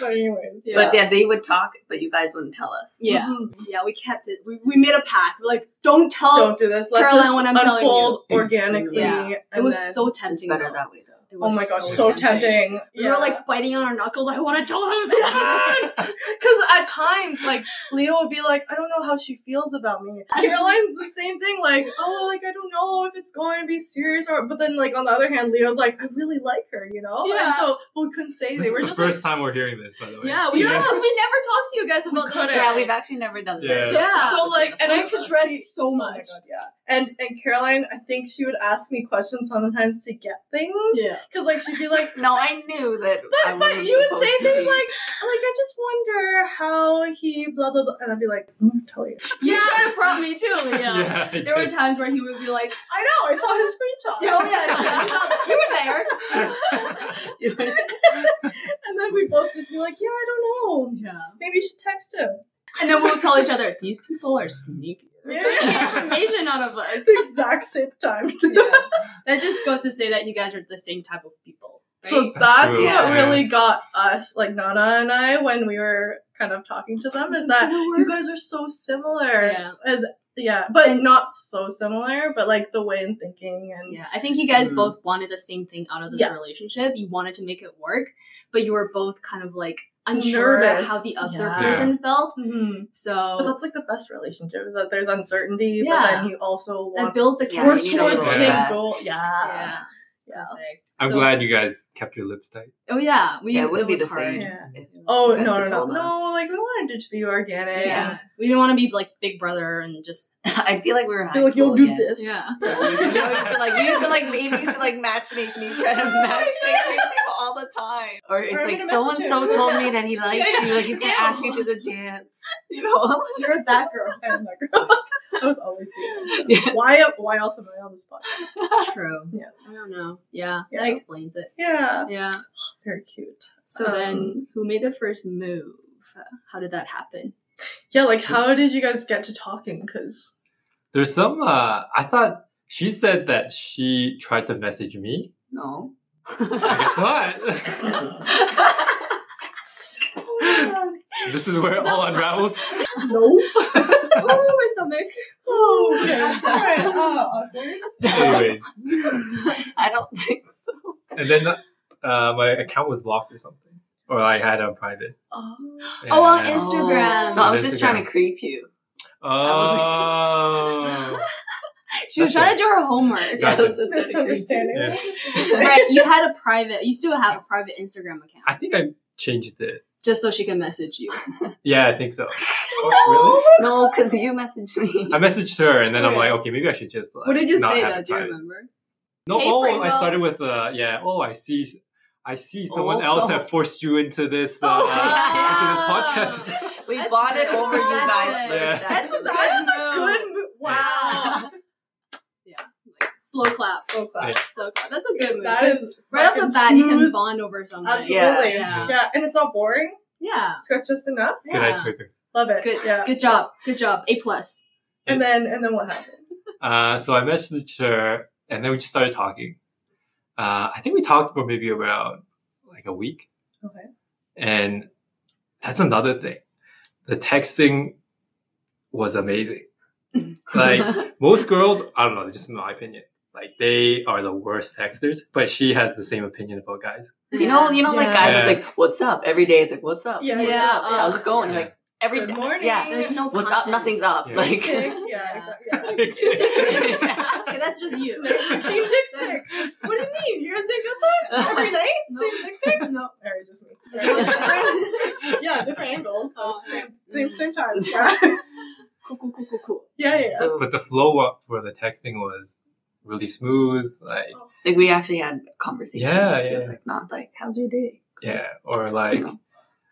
Speaker 3: but anyways, yeah.
Speaker 4: But yeah, they would talk, but you guys wouldn't tell us.
Speaker 1: yeah.
Speaker 3: Mhm.
Speaker 1: Yeah, we kept it. We, we made a pact. Like, don't tell.
Speaker 3: Don't do this. Let
Speaker 1: Oh, Caroline,
Speaker 3: this
Speaker 1: when I'm telling
Speaker 3: unfold organically.
Speaker 1: Yeah. it
Speaker 3: and
Speaker 1: was
Speaker 3: then-
Speaker 1: so
Speaker 4: It's
Speaker 1: tempting.
Speaker 4: better
Speaker 1: though.
Speaker 4: that way though.
Speaker 1: It
Speaker 3: Oh
Speaker 1: was
Speaker 3: my gosh, so, tempting.
Speaker 1: We
Speaker 3: Yeah.
Speaker 1: were like biting on our knuckles. I want to tell him something.
Speaker 3: Because at times, like, Leo would be like, I don't know how she feels about me. Caroline's the same thing, like, oh, like, I don't know if it's going to be serious or. But then, like, on the other hand, Leo's like, I really like her, you know? And
Speaker 1: Yeah.
Speaker 3: so, well, we couldn't say
Speaker 5: This
Speaker 3: they
Speaker 5: is
Speaker 3: were
Speaker 5: the
Speaker 3: just
Speaker 5: first time we're hearing this, by the way.
Speaker 1: yeah, we
Speaker 3: Yeah.
Speaker 1: because we never talked to you guys about
Speaker 3: couldn't.
Speaker 1: this.
Speaker 4: Yeah, we've actually never done
Speaker 5: Yeah.
Speaker 4: this.
Speaker 1: Yeah.
Speaker 3: So, like,
Speaker 1: And
Speaker 3: and
Speaker 1: I
Speaker 3: I
Speaker 1: was
Speaker 3: could
Speaker 1: stressed so
Speaker 3: like, oh my
Speaker 1: much.
Speaker 3: god, yeah. And and Caroline, I think she would ask me questions sometimes to get things.
Speaker 1: yeah.
Speaker 3: Cause like she'd be like,
Speaker 4: No, I knew that. I
Speaker 3: but, but
Speaker 4: wasn't
Speaker 3: you would
Speaker 4: supposed
Speaker 3: say
Speaker 4: to
Speaker 3: things like,
Speaker 4: be.
Speaker 3: like I just wonder how he blah blah blah, and I'd be like, mm, tell you.
Speaker 1: You tried to prompt me too. Yeah.
Speaker 5: Yeah, I
Speaker 1: There were
Speaker 5: did.
Speaker 1: times where he would be like,
Speaker 3: I know. I saw his screenshot.
Speaker 1: "Oh yeah, she- she- you were there."
Speaker 3: And then we both just be like, yeah, I don't know.
Speaker 1: Yeah.
Speaker 3: Maybe you should text him.
Speaker 1: And then we'll tell each other, "These people are sneaky. They're taking
Speaker 3: Yeah.
Speaker 1: information out of us."
Speaker 3: It's the exact same time.
Speaker 1: Yeah. That just goes to say that you guys are the same type of people. Right?
Speaker 3: So
Speaker 5: That's
Speaker 3: that's
Speaker 5: true,
Speaker 3: what
Speaker 1: yeah.
Speaker 3: really got us, like Nana and I, when we were kind of talking to them, is that you guys are so similar.
Speaker 1: Yeah.
Speaker 3: And yeah, but
Speaker 1: And-
Speaker 3: not so similar, but like the way in thinking and
Speaker 1: Yeah, I think you guys
Speaker 4: Mhm.
Speaker 1: both wanted the same thing out of this
Speaker 3: Yeah.
Speaker 1: relationship. You wanted to make it work, but you were both kind of like unsure
Speaker 3: Nervous.
Speaker 1: how the other
Speaker 3: Yeah.
Speaker 1: person felt.
Speaker 3: Mhm. But
Speaker 1: So
Speaker 3: that's like the best relationship is that there's uncertainty,
Speaker 1: Yeah.
Speaker 3: but then you also
Speaker 1: that
Speaker 3: want
Speaker 1: builds the
Speaker 4: Yeah,
Speaker 1: character.
Speaker 4: you need a
Speaker 3: towards
Speaker 4: little
Speaker 3: the
Speaker 5: bit
Speaker 3: same
Speaker 5: of
Speaker 4: that.
Speaker 3: goal. Yeah.
Speaker 1: Yeah.
Speaker 3: Yeah.
Speaker 1: Perfect.
Speaker 5: I'm
Speaker 1: So-
Speaker 5: glad you guys kept your lips tight.
Speaker 1: Oh yeah, we
Speaker 4: Yeah, it
Speaker 1: it
Speaker 4: wouldn't be
Speaker 1: was
Speaker 4: the
Speaker 1: hard.
Speaker 4: same.
Speaker 3: Yeah.
Speaker 4: If
Speaker 3: Oh
Speaker 4: you guys
Speaker 3: no no
Speaker 4: had
Speaker 3: no
Speaker 4: told
Speaker 3: no!
Speaker 4: us.
Speaker 3: Like we wanted it to be organic.
Speaker 1: Yeah. We didn't want to be like Big Brother and just
Speaker 4: I feel like we were in high
Speaker 3: They're like,
Speaker 4: school
Speaker 3: you'll do
Speaker 4: again.
Speaker 3: this.
Speaker 1: yeah.
Speaker 4: you used to like you used to like maybe used to like match make me try to match make me people all the time. Or it's
Speaker 3: Or I'm
Speaker 4: like
Speaker 3: gonna
Speaker 4: so and
Speaker 3: message
Speaker 4: so
Speaker 3: him.
Speaker 4: told me that he likes
Speaker 1: Yeah, yeah.
Speaker 4: you, like he's gonna
Speaker 1: Ew.
Speaker 4: ask you to the dance. You know?
Speaker 1: You're that girl.
Speaker 3: I was that girl. I was always doing. That.
Speaker 4: Yes.
Speaker 3: Why? Why else am I on this podcast?
Speaker 1: True.
Speaker 3: Yeah.
Speaker 1: I don't know. Yeah,
Speaker 3: Yeah.
Speaker 1: that explains it.
Speaker 3: Yeah,
Speaker 1: Yeah. Um,
Speaker 3: very cute.
Speaker 1: So then, who made the first move? How did that happen?
Speaker 3: Yeah, like how did you guys get to talking? Because
Speaker 5: There's some. Uh, I thought she said that she tried to message me.
Speaker 4: No.
Speaker 5: I guess not.
Speaker 1: Oh
Speaker 5: this is where it all unravels.
Speaker 3: no.
Speaker 1: Ooh, my stomach.
Speaker 3: Oh, okay. All right. Oh, awkward.
Speaker 5: Anyways,
Speaker 4: I don't think so.
Speaker 5: and then uh, my account was locked or something, or I had it on private.
Speaker 3: Oh.
Speaker 1: Oh, on
Speaker 5: And-
Speaker 1: Instagram.
Speaker 4: No, I was just
Speaker 5: Instagram.
Speaker 4: trying to creep you.
Speaker 5: Oh.
Speaker 1: She was
Speaker 5: That's
Speaker 1: trying to do her homework.
Speaker 5: Gotcha.
Speaker 4: I was just trying to creep
Speaker 3: Misunderstanding.
Speaker 5: Yeah.
Speaker 1: right, you had a private, you still have a private Instagram account
Speaker 5: I think I changed it.
Speaker 1: just so she can message you.
Speaker 5: Yeah, I think so. Oh,
Speaker 4: you. No, because you messaged me.
Speaker 5: really? I messaged her, and then I'm
Speaker 1: Okay.
Speaker 5: like, okay, maybe I should just. Like,
Speaker 1: What did you
Speaker 5: not
Speaker 1: say
Speaker 5: have
Speaker 1: though?
Speaker 5: it
Speaker 1: Do you
Speaker 5: private.
Speaker 1: remember?
Speaker 5: No,
Speaker 1: Hey,
Speaker 5: oh, I
Speaker 1: Franco.
Speaker 5: started with uh, yeah. Oh, I see. I see. Someone
Speaker 4: Oh.
Speaker 5: else have forced you into this. Uh,
Speaker 3: Oh,
Speaker 1: yeah.
Speaker 5: into this podcast.
Speaker 4: We
Speaker 1: That's
Speaker 4: bought it
Speaker 1: good.
Speaker 4: over you
Speaker 1: That's
Speaker 4: guys for
Speaker 5: good.
Speaker 4: a
Speaker 5: Yeah.
Speaker 4: second.
Speaker 1: That's a good
Speaker 3: That is
Speaker 1: move.
Speaker 3: a good move. Wow.
Speaker 1: Like, slow clap.
Speaker 3: So glad.
Speaker 1: Slow clap. That's a good move.
Speaker 3: That is
Speaker 1: 'cause right off the
Speaker 3: fucking
Speaker 1: bat, you can
Speaker 3: smooth.
Speaker 1: bond over something.
Speaker 3: Absolutely.
Speaker 1: Yeah.
Speaker 3: Yeah, and it's not boring.
Speaker 1: Yeah.
Speaker 3: It's got just enough.
Speaker 1: yeah.
Speaker 5: Good icebreaker.
Speaker 3: Love it.
Speaker 1: Good.
Speaker 3: Yeah.
Speaker 1: Good job. Good job. A plus.
Speaker 3: And then and then what happened?
Speaker 5: Uh, so I messaged her, and then we just started talking. Uh, I think we talked for maybe about like a week,
Speaker 3: Okay.
Speaker 5: and that's another thing. The texting was amazing. Like most girls, I don't know, just in my opinion, like they are the worst texters. But she has the same opinion about guys.
Speaker 4: You know, you know, like
Speaker 3: Yeah.
Speaker 4: guys, it's
Speaker 5: Yeah.
Speaker 4: like, "What's up?" Every day, it's like, "What's up?"
Speaker 3: Yeah.
Speaker 4: What's
Speaker 1: Yeah.
Speaker 4: up? How's it going? You're like, "Every
Speaker 3: Good
Speaker 4: day-
Speaker 3: morning.
Speaker 4: Yeah.
Speaker 1: There's no
Speaker 4: What's up?
Speaker 1: content.
Speaker 4: Nothing's up.
Speaker 5: Yeah.
Speaker 4: Like,
Speaker 3: Pick. Yeah,
Speaker 1: Yeah.
Speaker 3: exactly. Yeah.
Speaker 1: okay, that's just you.
Speaker 3: No, you changed it quick. What do you mean? You guys did good that every night? Same dick pic?
Speaker 1: no.
Speaker 3: Alright, just me.
Speaker 1: Well, different.
Speaker 3: yeah, different angles, but
Speaker 1: Oh,
Speaker 3: same,
Speaker 1: yeah.
Speaker 3: same,
Speaker 1: Mm.
Speaker 3: same time. Yeah,
Speaker 1: Cool, cool, cool, cool, cool.
Speaker 3: yeah, yeah.
Speaker 4: so
Speaker 5: But the flow up for the texting was really smooth. Like
Speaker 4: like we actually had conversation.
Speaker 5: Yeah,
Speaker 4: It was
Speaker 5: yeah.
Speaker 4: like not like, "How's your day?"
Speaker 5: yeah, or like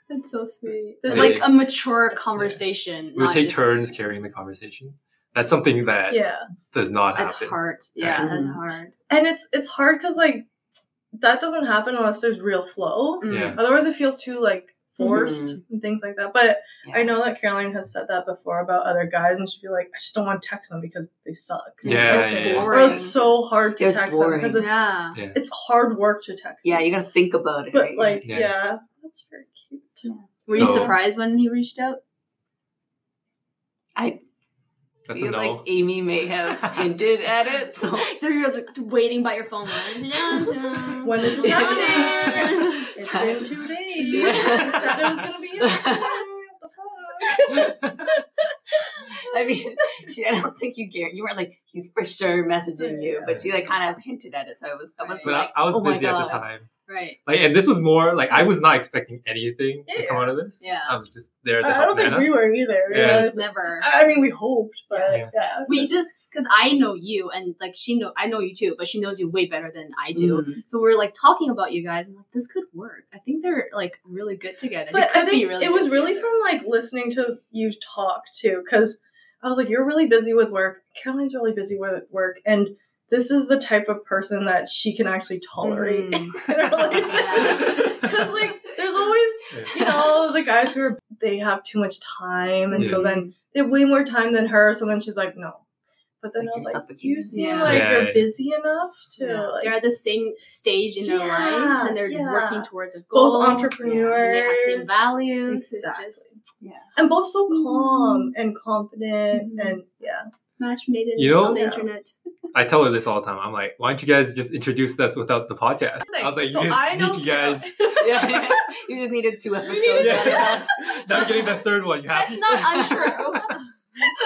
Speaker 1: That's so sweet.
Speaker 3: This
Speaker 1: like
Speaker 5: is-
Speaker 1: a mature conversation.
Speaker 5: we would
Speaker 1: not
Speaker 5: take
Speaker 1: just-
Speaker 5: turns carrying the conversation. That's something that
Speaker 3: yeah.
Speaker 5: does not
Speaker 1: That's
Speaker 5: happen.
Speaker 1: hard. Yeah,
Speaker 4: Right.
Speaker 1: that's
Speaker 3: Mm-hmm.
Speaker 4: Mhm.
Speaker 1: hard.
Speaker 3: And it's it's hard because like that doesn't happen unless there's real flow.
Speaker 1: Mm. Mm-hmm.
Speaker 5: Yeah.
Speaker 3: Otherwise, it feels too like forced and things like that. But I
Speaker 4: Yeah.
Speaker 3: know that Caroline has said that before about other guys, and she'd be like, "I just don't want to text them because they suck."
Speaker 5: Yeah,
Speaker 1: it's
Speaker 5: yeah,
Speaker 1: so
Speaker 5: yeah.
Speaker 3: Or
Speaker 1: boring.
Speaker 3: it's so hard to
Speaker 4: It's
Speaker 3: text
Speaker 4: boring.
Speaker 3: them because it's
Speaker 1: yeah.
Speaker 3: it's hard work to text.
Speaker 4: Yeah,
Speaker 3: them.
Speaker 4: you gotta think about it.
Speaker 3: But
Speaker 4: right?
Speaker 3: like, yeah.
Speaker 5: Yeah.
Speaker 3: that's very cute.
Speaker 1: Were you
Speaker 5: So-
Speaker 1: surprised when he reached out?
Speaker 4: I
Speaker 5: That's a
Speaker 4: feel
Speaker 5: no.
Speaker 4: like Amy may have hinted at it. So
Speaker 1: So you're just waiting by your phone line.
Speaker 3: When is
Speaker 4: it
Speaker 1: happening?
Speaker 3: happening? It's
Speaker 4: Time.
Speaker 3: been two days. You said it was gonna be yesterday. What the fuck?
Speaker 4: I mean, she, I don't think you care. You weren't like he's for sure messaging you, but she like kind of hinted at it. So I was, I was
Speaker 5: but
Speaker 4: like,
Speaker 5: I, I was
Speaker 4: oh
Speaker 5: busy
Speaker 4: my
Speaker 5: at
Speaker 4: god.
Speaker 5: the time.
Speaker 1: Right.
Speaker 5: Like, and this was more like I was not expecting anything to come out of this.
Speaker 1: Yeah.
Speaker 5: I was just there to
Speaker 3: I
Speaker 5: help
Speaker 3: don't think
Speaker 5: Nana.
Speaker 3: we were either. We were
Speaker 5: Yeah.
Speaker 3: just-
Speaker 1: Never.
Speaker 3: I mean, we hoped, but yeah.
Speaker 5: Yeah.
Speaker 1: We just because I know you and like she know I know you too, but she knows you way better than I do.
Speaker 3: Mm.
Speaker 4: Mhm.
Speaker 1: So we're like talking about you guys. I'm like, this could work. I think they're like really good together. they
Speaker 3: But
Speaker 1: could
Speaker 3: I think
Speaker 1: be really.
Speaker 3: it was
Speaker 1: good
Speaker 3: really
Speaker 1: together.
Speaker 3: from like listening to you talk too, because I was like, you're really busy with work. Caroline's really busy with work, and this is the type of person that she can actually tolerate.
Speaker 4: Mm.
Speaker 1: Mhm.
Speaker 3: Because like, there's always you know the guys who are they have too much time, and so
Speaker 5: Yeah.
Speaker 3: then they have way more time than her. So then she's like, no. But then
Speaker 4: Like,
Speaker 3: I was
Speaker 4: you're
Speaker 3: like,
Speaker 4: suffocating.
Speaker 3: you seem
Speaker 4: Yeah.
Speaker 3: like
Speaker 5: Yeah,
Speaker 3: you're
Speaker 5: yeah.
Speaker 3: busy enough to
Speaker 4: Yeah.
Speaker 3: like
Speaker 1: they're at the same stage in their
Speaker 3: Yeah,
Speaker 1: lives and they're
Speaker 3: yeah.
Speaker 1: working towards a
Speaker 3: both
Speaker 1: goal. and
Speaker 3: entrepreneurs
Speaker 1: they have same values.
Speaker 3: Exactly.
Speaker 1: It's just Mm-hmm.
Speaker 3: and both so calm and confident
Speaker 1: Mhm.
Speaker 3: and yeah.
Speaker 1: match made in
Speaker 5: You know-
Speaker 1: on the
Speaker 3: Yeah.
Speaker 1: internet.
Speaker 5: I tell her this all the time. I'm like, why don't you guys just introduce us without the podcast? I was like,
Speaker 3: So
Speaker 5: you
Speaker 3: I
Speaker 5: just
Speaker 3: don't
Speaker 5: sneaky guys.
Speaker 4: yeah. You just needed two episodes.
Speaker 3: needed
Speaker 5: two
Speaker 4: out of us.
Speaker 5: Now you're getting the third one. You have
Speaker 1: That's not untrue.
Speaker 3: that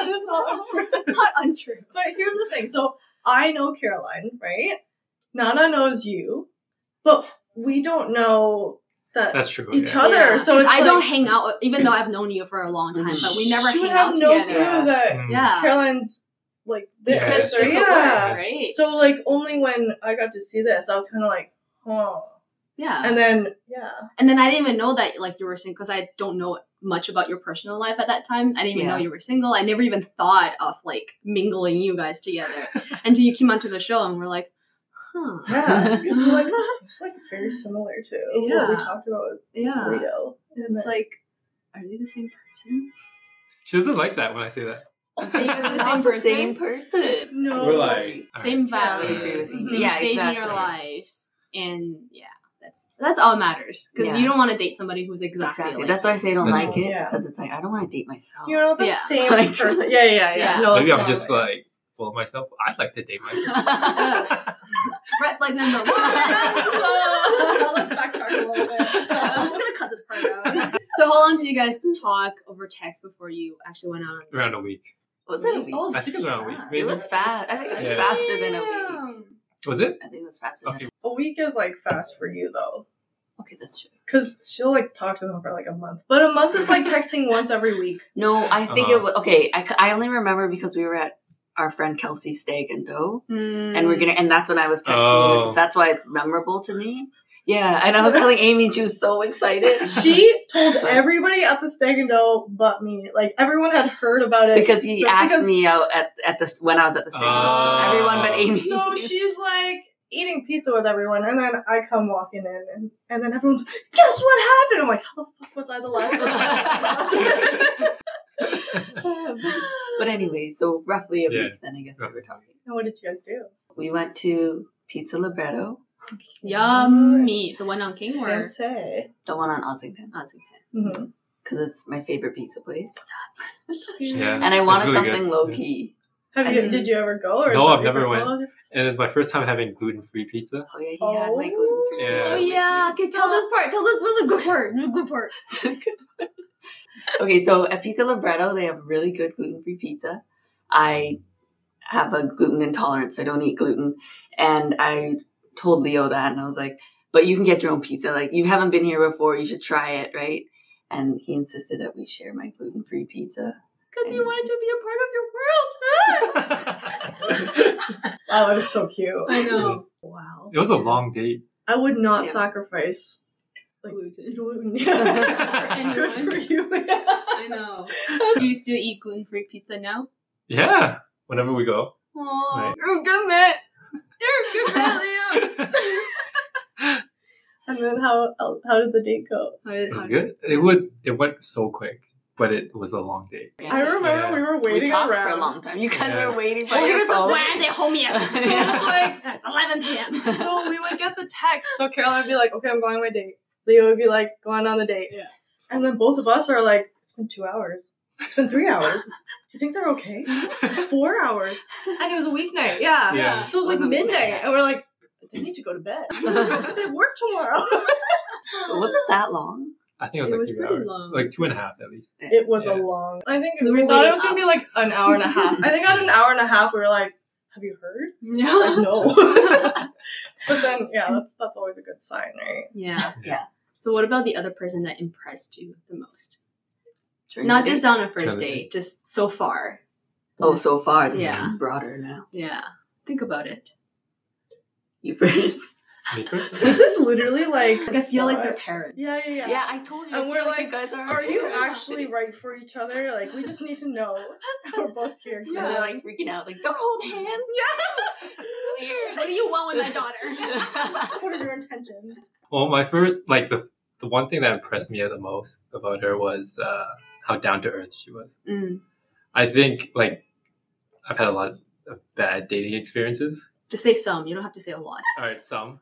Speaker 3: is not untrue.
Speaker 1: That's not untrue.
Speaker 3: But here's the thing. So I know Caroline, right? Nana knows you, but we don't know that
Speaker 5: That's true.
Speaker 3: each
Speaker 5: yeah.
Speaker 3: other.
Speaker 1: Yeah,
Speaker 3: So
Speaker 1: 'cause
Speaker 3: it's
Speaker 1: I don't
Speaker 3: like-
Speaker 1: hang out, even though I've known you for a long time, but we never
Speaker 3: she
Speaker 1: hang
Speaker 3: would have
Speaker 1: out
Speaker 3: no
Speaker 1: together.
Speaker 3: clue that
Speaker 5: Mm.
Speaker 1: Yeah,
Speaker 3: Caroline's like this.
Speaker 5: Yeah,
Speaker 1: could
Speaker 5: Because
Speaker 3: or,
Speaker 1: stick
Speaker 5: different.
Speaker 3: yeah.
Speaker 1: work, right?
Speaker 3: So like only when I got to see this, I was kind of like, oh.
Speaker 1: yeah,
Speaker 3: And then yeah,
Speaker 1: and then I didn't even know that, like you were saying, because I don't know much about your personal life at that time. I didn't even know
Speaker 4: Yeah.
Speaker 1: you were single. I never even thought of like mingling you guys together until you came onto the show and we're like, huh,
Speaker 3: yeah, because we're like it's like very similar to what we
Speaker 1: Yeah.
Speaker 3: talked about with
Speaker 1: yeah.
Speaker 3: Leo. And
Speaker 1: It's
Speaker 3: then-
Speaker 1: like, are they the same person?
Speaker 5: She doesn't like that when I say that.
Speaker 1: They guys are the
Speaker 4: Not
Speaker 1: same
Speaker 4: the
Speaker 1: person?
Speaker 4: same person.
Speaker 3: No.
Speaker 5: We're
Speaker 3: We're
Speaker 5: like,
Speaker 1: Same
Speaker 3: Yeah, I would
Speaker 1: values,
Speaker 5: agree with you.
Speaker 1: same
Speaker 4: Yeah,
Speaker 1: stage in your
Speaker 4: exactly.
Speaker 1: lives, and yeah, that's that's all matters because
Speaker 4: Yeah.
Speaker 1: you don't want to date somebody who's exactly,
Speaker 4: Exactly.
Speaker 1: like
Speaker 4: That's why I say I don't
Speaker 5: That's
Speaker 4: like
Speaker 3: true.
Speaker 4: it
Speaker 3: Yeah.
Speaker 4: because it's like I don't want to date myself.
Speaker 3: you're not the
Speaker 1: Yeah.
Speaker 3: same
Speaker 4: Like-
Speaker 3: person. Yeah, yeah, yeah.
Speaker 1: Yeah.
Speaker 3: No, it's
Speaker 5: Maybe I'm
Speaker 3: not
Speaker 5: just
Speaker 3: right.
Speaker 5: like full of myself. I'd like to date myself.
Speaker 4: yeah.
Speaker 1: red flag number one.
Speaker 3: So, uh, let's backtrack a little
Speaker 1: I'm
Speaker 3: bit.
Speaker 1: just gonna cut this part out. So, how long did you guys talk over text before you actually went out? on-
Speaker 5: around a week.
Speaker 4: Was it a week?
Speaker 1: Oh, it's
Speaker 5: I think it was around a week.
Speaker 1: fast.
Speaker 5: Maybe.
Speaker 4: It was fast. I think it was
Speaker 5: Yeah.
Speaker 4: faster than a week.
Speaker 1: Damn.
Speaker 5: Was it?
Speaker 4: I think it was faster.
Speaker 5: Okay.
Speaker 4: Than
Speaker 3: A week is like fast for you though,
Speaker 4: okay, that's true.
Speaker 3: because she'll like talk to them for like a month. But a month is like texting once every week.
Speaker 4: No, I think
Speaker 5: Uh-huh.
Speaker 4: it was okay. I, c- I only remember because we were at our friend Kelsey's steak and dough,
Speaker 1: Mm.
Speaker 4: and we're gonna, and that's when I was texting you.
Speaker 5: Oh.
Speaker 4: So that's why it's memorable to me. Yeah, and I was telling Amy she was so excited.
Speaker 3: She told everybody at the Stag and Doe but me. Like everyone had heard about it
Speaker 4: because he
Speaker 3: But
Speaker 4: asked
Speaker 3: because-
Speaker 4: me out at at this when I was at the steak. and dough.
Speaker 5: Oh.
Speaker 4: so everyone but Amy.
Speaker 3: So she's like eating pizza with everyone, and then I come walking in, and, and then everyone's guess what happened? I'm like, how the fuck was I the last one? to come out?"
Speaker 4: but anyway, so roughly a
Speaker 5: Yeah.
Speaker 4: week then I guess we were talking.
Speaker 3: and what did you guys do?
Speaker 4: We went to Pizza Libretto,
Speaker 1: Yummy. The one on King or
Speaker 3: Fancy.
Speaker 4: the one on Ossington,
Speaker 1: Ossington?
Speaker 3: Mhm.
Speaker 4: because it's my favorite pizza place.
Speaker 5: Yeah.
Speaker 4: And I
Speaker 5: It's
Speaker 4: wanted
Speaker 5: really
Speaker 4: something
Speaker 5: good.
Speaker 4: low
Speaker 5: Yeah.
Speaker 4: key.
Speaker 3: Have you?
Speaker 1: Mhm.
Speaker 3: Did you ever go? Or is
Speaker 5: No,
Speaker 3: that
Speaker 5: I've
Speaker 3: your
Speaker 5: never
Speaker 3: first-
Speaker 5: went.
Speaker 3: oh, that was your first-
Speaker 5: And it's my first time having gluten free pizza.
Speaker 4: Oh yeah, he had my
Speaker 3: Oh.
Speaker 4: gluten free.
Speaker 5: Yeah.
Speaker 1: Oh yeah. Okay, tell this part. Tell this was a good part. Good part.
Speaker 4: okay, so at Pizza Libretto, they have really good gluten free pizza. I have a gluten intolerance, so I don't eat gluten. And I told Leo that, and I was like, but you can get your own pizza. Like, you haven't been here before, you should try it, right? And he insisted that we share my gluten free pizza.
Speaker 1: Because you wanted to be a part of your world.
Speaker 3: Wow, that Oh, was so cute.
Speaker 1: I
Speaker 5: know.
Speaker 3: Wow.
Speaker 5: It was a long date.
Speaker 3: I would not
Speaker 4: Yeah.
Speaker 3: sacrifice Like-
Speaker 1: Gluten.
Speaker 3: gluten.
Speaker 5: anyone.
Speaker 3: Good for you.
Speaker 1: I know. Do you still eat gluten free pizza now?
Speaker 5: Yeah. Whenever we go.
Speaker 1: Oh,
Speaker 5: Right.
Speaker 1: you're a good man. You're a good man, Leo.
Speaker 3: and then how how did the date go?
Speaker 5: It was good. It would it went so quick, but it was a long date.
Speaker 3: I remember
Speaker 5: Yeah.
Speaker 3: we were
Speaker 4: we
Speaker 3: waiting
Speaker 4: talked
Speaker 3: around. Oh,
Speaker 4: for a long time. You guys
Speaker 5: Yeah.
Speaker 4: were waiting for
Speaker 1: Well, he
Speaker 4: your
Speaker 1: was like,
Speaker 4: phone.
Speaker 1: where are they home yet? So it's like, it's 11 p.m.
Speaker 3: so we would get the text. So Caroline would be like, "Okay, I'm going on my date." Leo would be like, "Going on the date."
Speaker 1: Yeah.
Speaker 3: And then both of us are like, "It's been two hours. It's been three hours. Do you think they're okay? Four hours." And it was a weeknight. Yeah.
Speaker 5: Yeah.
Speaker 3: So it was like
Speaker 4: It was a weeknight,
Speaker 3: midnight,
Speaker 4: yeah.
Speaker 3: and we're like, "They need to go to bed. they work tomorrow."
Speaker 4: was it that long?
Speaker 5: I think it was
Speaker 1: It
Speaker 5: like
Speaker 1: was
Speaker 5: two
Speaker 1: pretty
Speaker 5: hours.
Speaker 1: long.
Speaker 5: Like two and a half at least.
Speaker 3: It was a
Speaker 5: Yeah.
Speaker 3: long. I think
Speaker 1: We
Speaker 3: we,
Speaker 1: were
Speaker 3: thought
Speaker 1: waiting
Speaker 3: it was gonna be like an hour and a half. I think at an hour and a half, we were like, "Have you heard?" Like,
Speaker 1: Yeah.
Speaker 3: no. but then, yeah, that's that's always a good sign, right?
Speaker 1: yeah.
Speaker 4: Yeah.
Speaker 1: So what about the other person that impressed you the most?
Speaker 4: During
Speaker 1: Not
Speaker 4: the
Speaker 1: just
Speaker 4: date?
Speaker 1: on a first
Speaker 5: Trinity.
Speaker 1: date, just so far.
Speaker 4: Oh, so far this
Speaker 1: Yeah.
Speaker 4: is broader now.
Speaker 1: Yeah. Think about it.
Speaker 4: You first.
Speaker 5: Me first?
Speaker 3: This is literally like.
Speaker 1: Like, I feel like they're
Speaker 3: spot.
Speaker 1: parents.
Speaker 3: Yeah, yeah, yeah.
Speaker 4: Yeah, I told you.
Speaker 3: And
Speaker 4: I
Speaker 3: we're
Speaker 4: feel
Speaker 3: like,
Speaker 4: you guys are.
Speaker 3: Are you actually right for each other? Like, we just need to know. We're both here.
Speaker 4: And they're like freaking out, like, don't hold hands.
Speaker 3: Yeah.
Speaker 4: Weird.
Speaker 1: What do you want with my daughter?
Speaker 3: What are your intentions?
Speaker 5: Well, my first like the the one thing that impressed me the most about her was uh, how down to earth she was.
Speaker 4: Mm.
Speaker 5: I think like I've had a lot of of bad dating experiences.
Speaker 1: Just say some. You don't have to say a lot.
Speaker 5: All right, some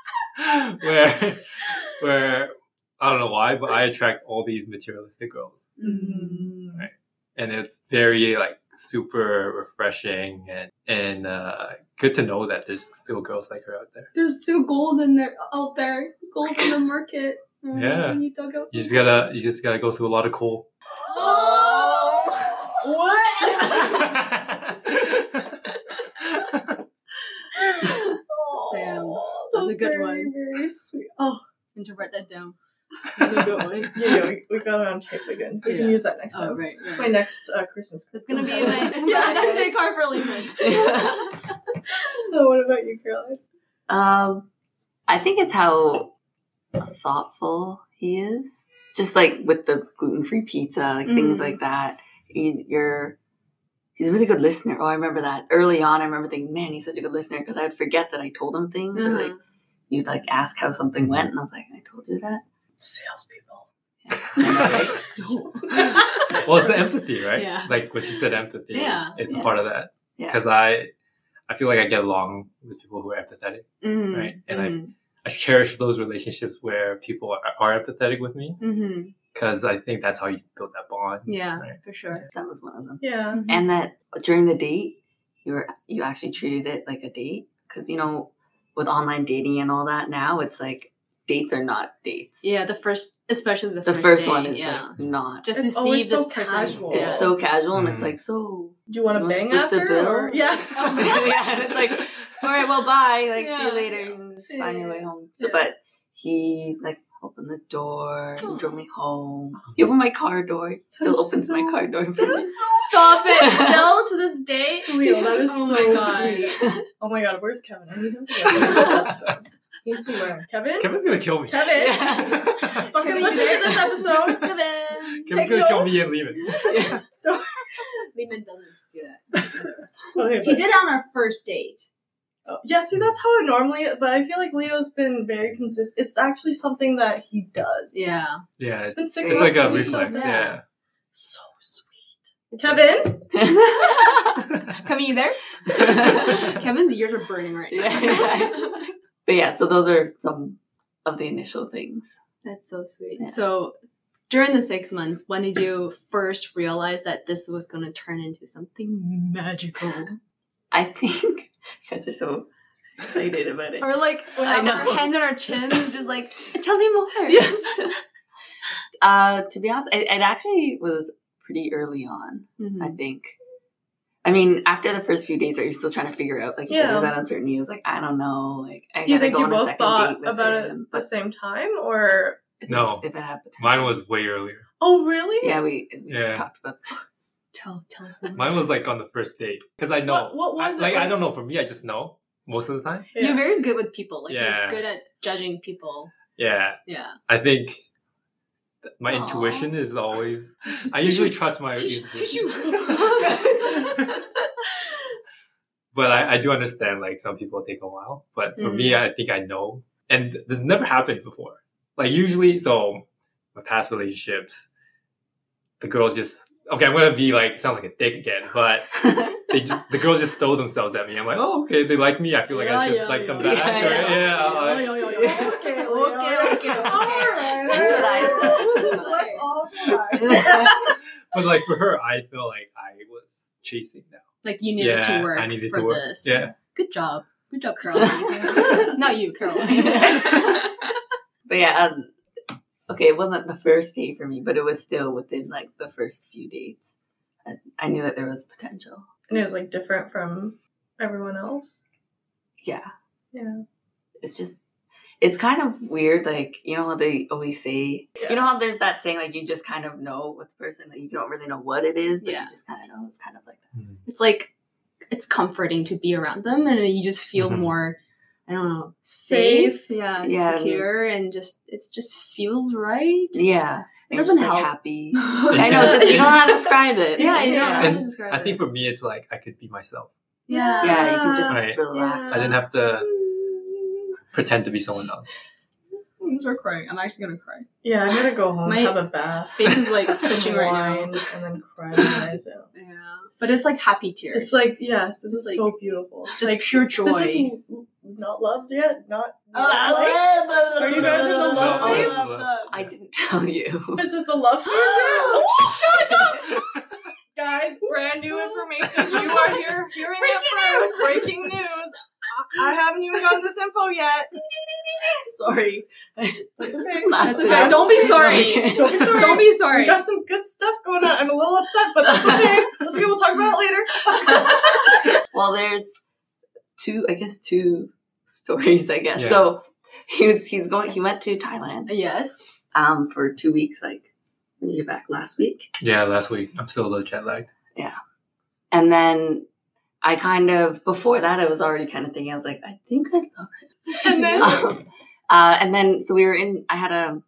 Speaker 5: where where I don't know why, but I attract all these materialistic girls,
Speaker 1: Mm.
Speaker 3: Mm-hmm.
Speaker 5: and it's very like super refreshing and and uh, good to know that there's still girls like her out there.
Speaker 1: There's still gold in there out there. Gold in the market. Mm,
Speaker 5: Yeah.
Speaker 1: when you dug out
Speaker 5: You just
Speaker 1: some-
Speaker 5: gotta you just gotta go through a lot of coal.
Speaker 4: Oh, what?
Speaker 1: Damn.
Speaker 3: That's
Speaker 1: That's a good
Speaker 3: very,
Speaker 1: one.
Speaker 3: Very sweet. Oh,
Speaker 1: And to write that down.
Speaker 3: that's a good one. Yeah, yeah, we, we got it on tape again. We can
Speaker 4: Yeah.
Speaker 3: use that next
Speaker 1: Oh,
Speaker 3: time.
Speaker 1: right.
Speaker 3: It's
Speaker 1: right.
Speaker 3: my next uh, Christmas.
Speaker 1: It's gonna be my
Speaker 4: Yeah,
Speaker 1: that's
Speaker 4: yeah.
Speaker 1: my card for Lehman.
Speaker 3: So, what about you, Caroline?
Speaker 4: Um, I think it's how thoughtful he is. Just like with the gluten-free pizza, like things
Speaker 1: Mm.
Speaker 4: like that. He's your he's a really good listener. Oh, I remember that early on. I remember thinking, man, he's such a good listener because I'd forget that I told him things. Or, like you'd like ask how something went, and I was like, I told you that.
Speaker 3: Salespeople.
Speaker 5: well, it's the empathy, right?
Speaker 1: Yeah.
Speaker 5: Like what you said, empathy.
Speaker 1: Yeah.
Speaker 5: It's
Speaker 4: Yeah.
Speaker 5: a part of that.
Speaker 4: Yeah.
Speaker 5: Because I, I feel like I get along with people who are empathetic,
Speaker 4: Mm,
Speaker 5: right?
Speaker 1: Mm-hmm.
Speaker 5: And
Speaker 4: mhm,
Speaker 5: I, I cherish those relationships where people are, are empathetic with me
Speaker 4: mhm.
Speaker 5: because I think that's how you build that bond.
Speaker 1: Mm-hmm. Yeah,
Speaker 5: Right.
Speaker 1: for sure.
Speaker 4: that was one of them.
Speaker 1: Mm-hmm.
Speaker 3: Yeah.
Speaker 4: and that during the date you were you actually treated it like a date because you know with online dating and all that now it's like dates are not dates
Speaker 1: Yeah, the first, especially the,
Speaker 4: the
Speaker 1: first,
Speaker 4: first
Speaker 1: day,
Speaker 4: one is
Speaker 1: yeah.
Speaker 4: like not
Speaker 1: just
Speaker 3: It's
Speaker 1: to see
Speaker 3: always
Speaker 1: if
Speaker 3: so
Speaker 1: this person.
Speaker 3: casual.
Speaker 1: Yeah.
Speaker 4: it's so casual and it's
Speaker 5: Mhm.
Speaker 4: like so
Speaker 3: Do you want to
Speaker 4: We'll
Speaker 3: bang
Speaker 4: split the
Speaker 3: after?
Speaker 4: bill.
Speaker 3: or- Yeah.
Speaker 4: yeah and it's like all right well bye like see
Speaker 1: Yeah.
Speaker 4: you later you can just find your way home so
Speaker 3: Yeah.
Speaker 4: but he like opened the door he
Speaker 1: Aw.
Speaker 4: drove me home he opened my car door he still
Speaker 3: Oh. That's
Speaker 4: opens
Speaker 3: so-
Speaker 4: my car door for
Speaker 3: That
Speaker 4: me
Speaker 3: is
Speaker 1: Stop it! Still to this day,
Speaker 3: so Leo, that is
Speaker 1: Oh
Speaker 3: so
Speaker 1: my God.
Speaker 3: sweet. Oh my god, where's Kevin? I need him for this episode. He needs to learn. Kevin?
Speaker 5: Kevin's gonna kill me.
Speaker 3: Kevin?
Speaker 5: Kevin's
Speaker 3: Fucking
Speaker 1: Kevin,
Speaker 3: listen
Speaker 1: you
Speaker 3: to this
Speaker 1: there?
Speaker 3: episode.
Speaker 1: Kevin.
Speaker 3: Take
Speaker 5: gonna kill me
Speaker 3: notes.
Speaker 5: and leave it.
Speaker 1: Lehman doesn't do that.
Speaker 3: Okay,
Speaker 1: He
Speaker 3: but-
Speaker 1: did it on our first date.
Speaker 3: Oh, yeah, see, that's how it normally. But I feel like Leo's been very consistent. It's actually something that he does.
Speaker 1: Yeah.
Speaker 5: Yeah,
Speaker 3: it's
Speaker 5: it's,
Speaker 3: been six
Speaker 5: it's
Speaker 4: It's
Speaker 3: months.
Speaker 5: like a
Speaker 3: since he's
Speaker 5: reflex.
Speaker 3: done
Speaker 1: bad.
Speaker 3: that.
Speaker 5: Yeah.
Speaker 3: So sweet, Kevin.
Speaker 1: Kevin, you there? Kevin's ears are burning right now.
Speaker 4: Yeah. but yeah, so those are some of the initial things.
Speaker 1: That's so sweet.
Speaker 4: Yeah.
Speaker 1: So during the six months, when did you first realize that this was going to turn into something magical?
Speaker 4: I think you guys are so excited about it.
Speaker 1: or like when
Speaker 4: I
Speaker 1: our-
Speaker 4: know.
Speaker 1: our hands on our chin, it's just like, tell me more.
Speaker 4: Yes. uh, to be honest, it, it actually was pretty early on, I
Speaker 3: Mm-hmm.
Speaker 1: Mhm.
Speaker 4: think. I mean, after the first few dates, are you still trying to figure out? Like you
Speaker 3: Yeah.
Speaker 4: said, there's that uncertainty. It was like, I don't know. Like, I
Speaker 3: Do you
Speaker 4: gotta
Speaker 3: think
Speaker 4: go
Speaker 3: you
Speaker 4: on a
Speaker 3: both
Speaker 4: second date
Speaker 3: thought
Speaker 4: with
Speaker 3: about
Speaker 4: him,
Speaker 3: it at the
Speaker 4: but
Speaker 3: same time, or
Speaker 4: if
Speaker 5: No.
Speaker 4: it's- if it had potential-
Speaker 5: Mine was way earlier.
Speaker 3: oh, really?
Speaker 4: Yeah, we, we
Speaker 5: Yeah.
Speaker 4: talked about.
Speaker 1: Tell, tell us more.
Speaker 5: Mine was like on the first date because I know.
Speaker 3: What- what was
Speaker 5: I,
Speaker 3: it
Speaker 5: Like I
Speaker 3: like-
Speaker 5: don't know. For me, I just know most of the time.
Speaker 3: Yeah.
Speaker 1: You're very good with people. Like
Speaker 5: Yeah.
Speaker 1: you're good at judging people.
Speaker 5: Yeah,
Speaker 1: Yeah.
Speaker 5: I think th- my
Speaker 4: Aw.
Speaker 5: intuition is always. I usually trust my
Speaker 3: tissue,
Speaker 5: intuition,
Speaker 3: tissue.
Speaker 5: but I, I do understand like some people take a while. But for
Speaker 3: Mm.
Speaker 5: me, I think I know, and this never happened before. Like usually, so my past relationships, the girls just okay. I'm gonna be like sound like a dick again, but they just the girls just throw themselves at me. I'm like, oh okay, they like me. I feel like I
Speaker 1: Yeah,
Speaker 5: should
Speaker 1: yeah,
Speaker 5: like them
Speaker 1: yeah.
Speaker 5: back.
Speaker 4: Yeah,
Speaker 5: or-
Speaker 4: yeah,
Speaker 5: yeah,
Speaker 1: yeah,
Speaker 5: like-
Speaker 1: yeah, yeah, yeah.
Speaker 3: Okay, Leo.
Speaker 1: Okay, okay, okay.
Speaker 3: Alright.
Speaker 4: That's what I said.
Speaker 3: Let's all relax.
Speaker 5: But like for her, I feel like I was chasing them.
Speaker 1: Like you needed
Speaker 5: Yeah,
Speaker 1: to work
Speaker 5: I needed
Speaker 1: for
Speaker 5: to work.
Speaker 1: this.
Speaker 5: Yeah.
Speaker 1: Good job. Good job, Caroline. Not you, Caroline.
Speaker 4: but yeah, um, okay, it wasn't the first date for me, but it was still within like the first few dates. I, I knew that there was potential.
Speaker 3: and it was like different from everyone else.
Speaker 4: Yeah,
Speaker 3: Yeah.
Speaker 4: it's just. It's kind of weird, like you know how they always say, you know how there's that saying, like you just kind of know with the person, like you don't really know what it is, but
Speaker 1: Yeah.
Speaker 4: you just kind of know. It's kind of like
Speaker 1: it's like it's comforting to be around them and you just feel
Speaker 5: Mhm.
Speaker 1: more I don't know,
Speaker 3: Safe.
Speaker 1: safe, yeah,
Speaker 4: Yeah, and-
Speaker 1: secure and just it's just feels right.
Speaker 4: that. Yeah,
Speaker 1: It
Speaker 4: You're
Speaker 1: doesn't
Speaker 4: just, like,
Speaker 1: help.
Speaker 4: happy. I know. It's just, you don't know how to describe it.
Speaker 1: yeah, you don't know how
Speaker 5: And
Speaker 1: to describe
Speaker 5: I think
Speaker 1: it.
Speaker 5: for me, it's like I could be myself.
Speaker 1: yeah.
Speaker 4: Yeah, you can just
Speaker 5: Right.
Speaker 4: relax.
Speaker 5: I didn't have to pretend to be someone else.
Speaker 1: I'm start crying. I'm actually gonna cry.
Speaker 3: Yeah, I'm gonna go home,
Speaker 1: My
Speaker 3: have a bath.
Speaker 1: Face is like
Speaker 3: some
Speaker 1: twitching right now.
Speaker 3: wine, And then cry my eyes out.
Speaker 1: Yeah, but it's like happy tears.
Speaker 3: It's like, yes, this is
Speaker 1: Like,
Speaker 3: so beautiful.
Speaker 1: just
Speaker 3: like,
Speaker 1: pure joy. Oh, Uh,
Speaker 3: This is l- not loved yet. Not.
Speaker 1: Are
Speaker 3: you guys in the
Speaker 4: Uh,
Speaker 3: love
Speaker 5: phase?
Speaker 4: I didn't tell you.
Speaker 3: Is it the love phase?
Speaker 1: Shut up!
Speaker 3: Guys,
Speaker 1: Brand new information. You are here hearing it first. Breaking news.
Speaker 3: I haven't even gotten this info yet. sorry. That's okay.
Speaker 4: That's
Speaker 1: okay. Don't be sorry.
Speaker 3: Don't be sorry.
Speaker 1: Don't be
Speaker 3: We
Speaker 1: sorry.
Speaker 3: got some good stuff going on. I'm a little upset, but that's okay. That's okay. We'll talk about it later.
Speaker 4: well, there's two, I guess, two stories. I guess
Speaker 5: Yeah.
Speaker 4: so. He was, he's going. He went to Thailand
Speaker 1: Yes.
Speaker 4: um for two weeks. Like when did you get back last week?
Speaker 5: Yeah, last week. I'm still a little jet lagged.
Speaker 4: And then I kind of before that I was already kind of thinking I was like I think I love
Speaker 3: And then,
Speaker 4: um, uh, and then so we were in i had a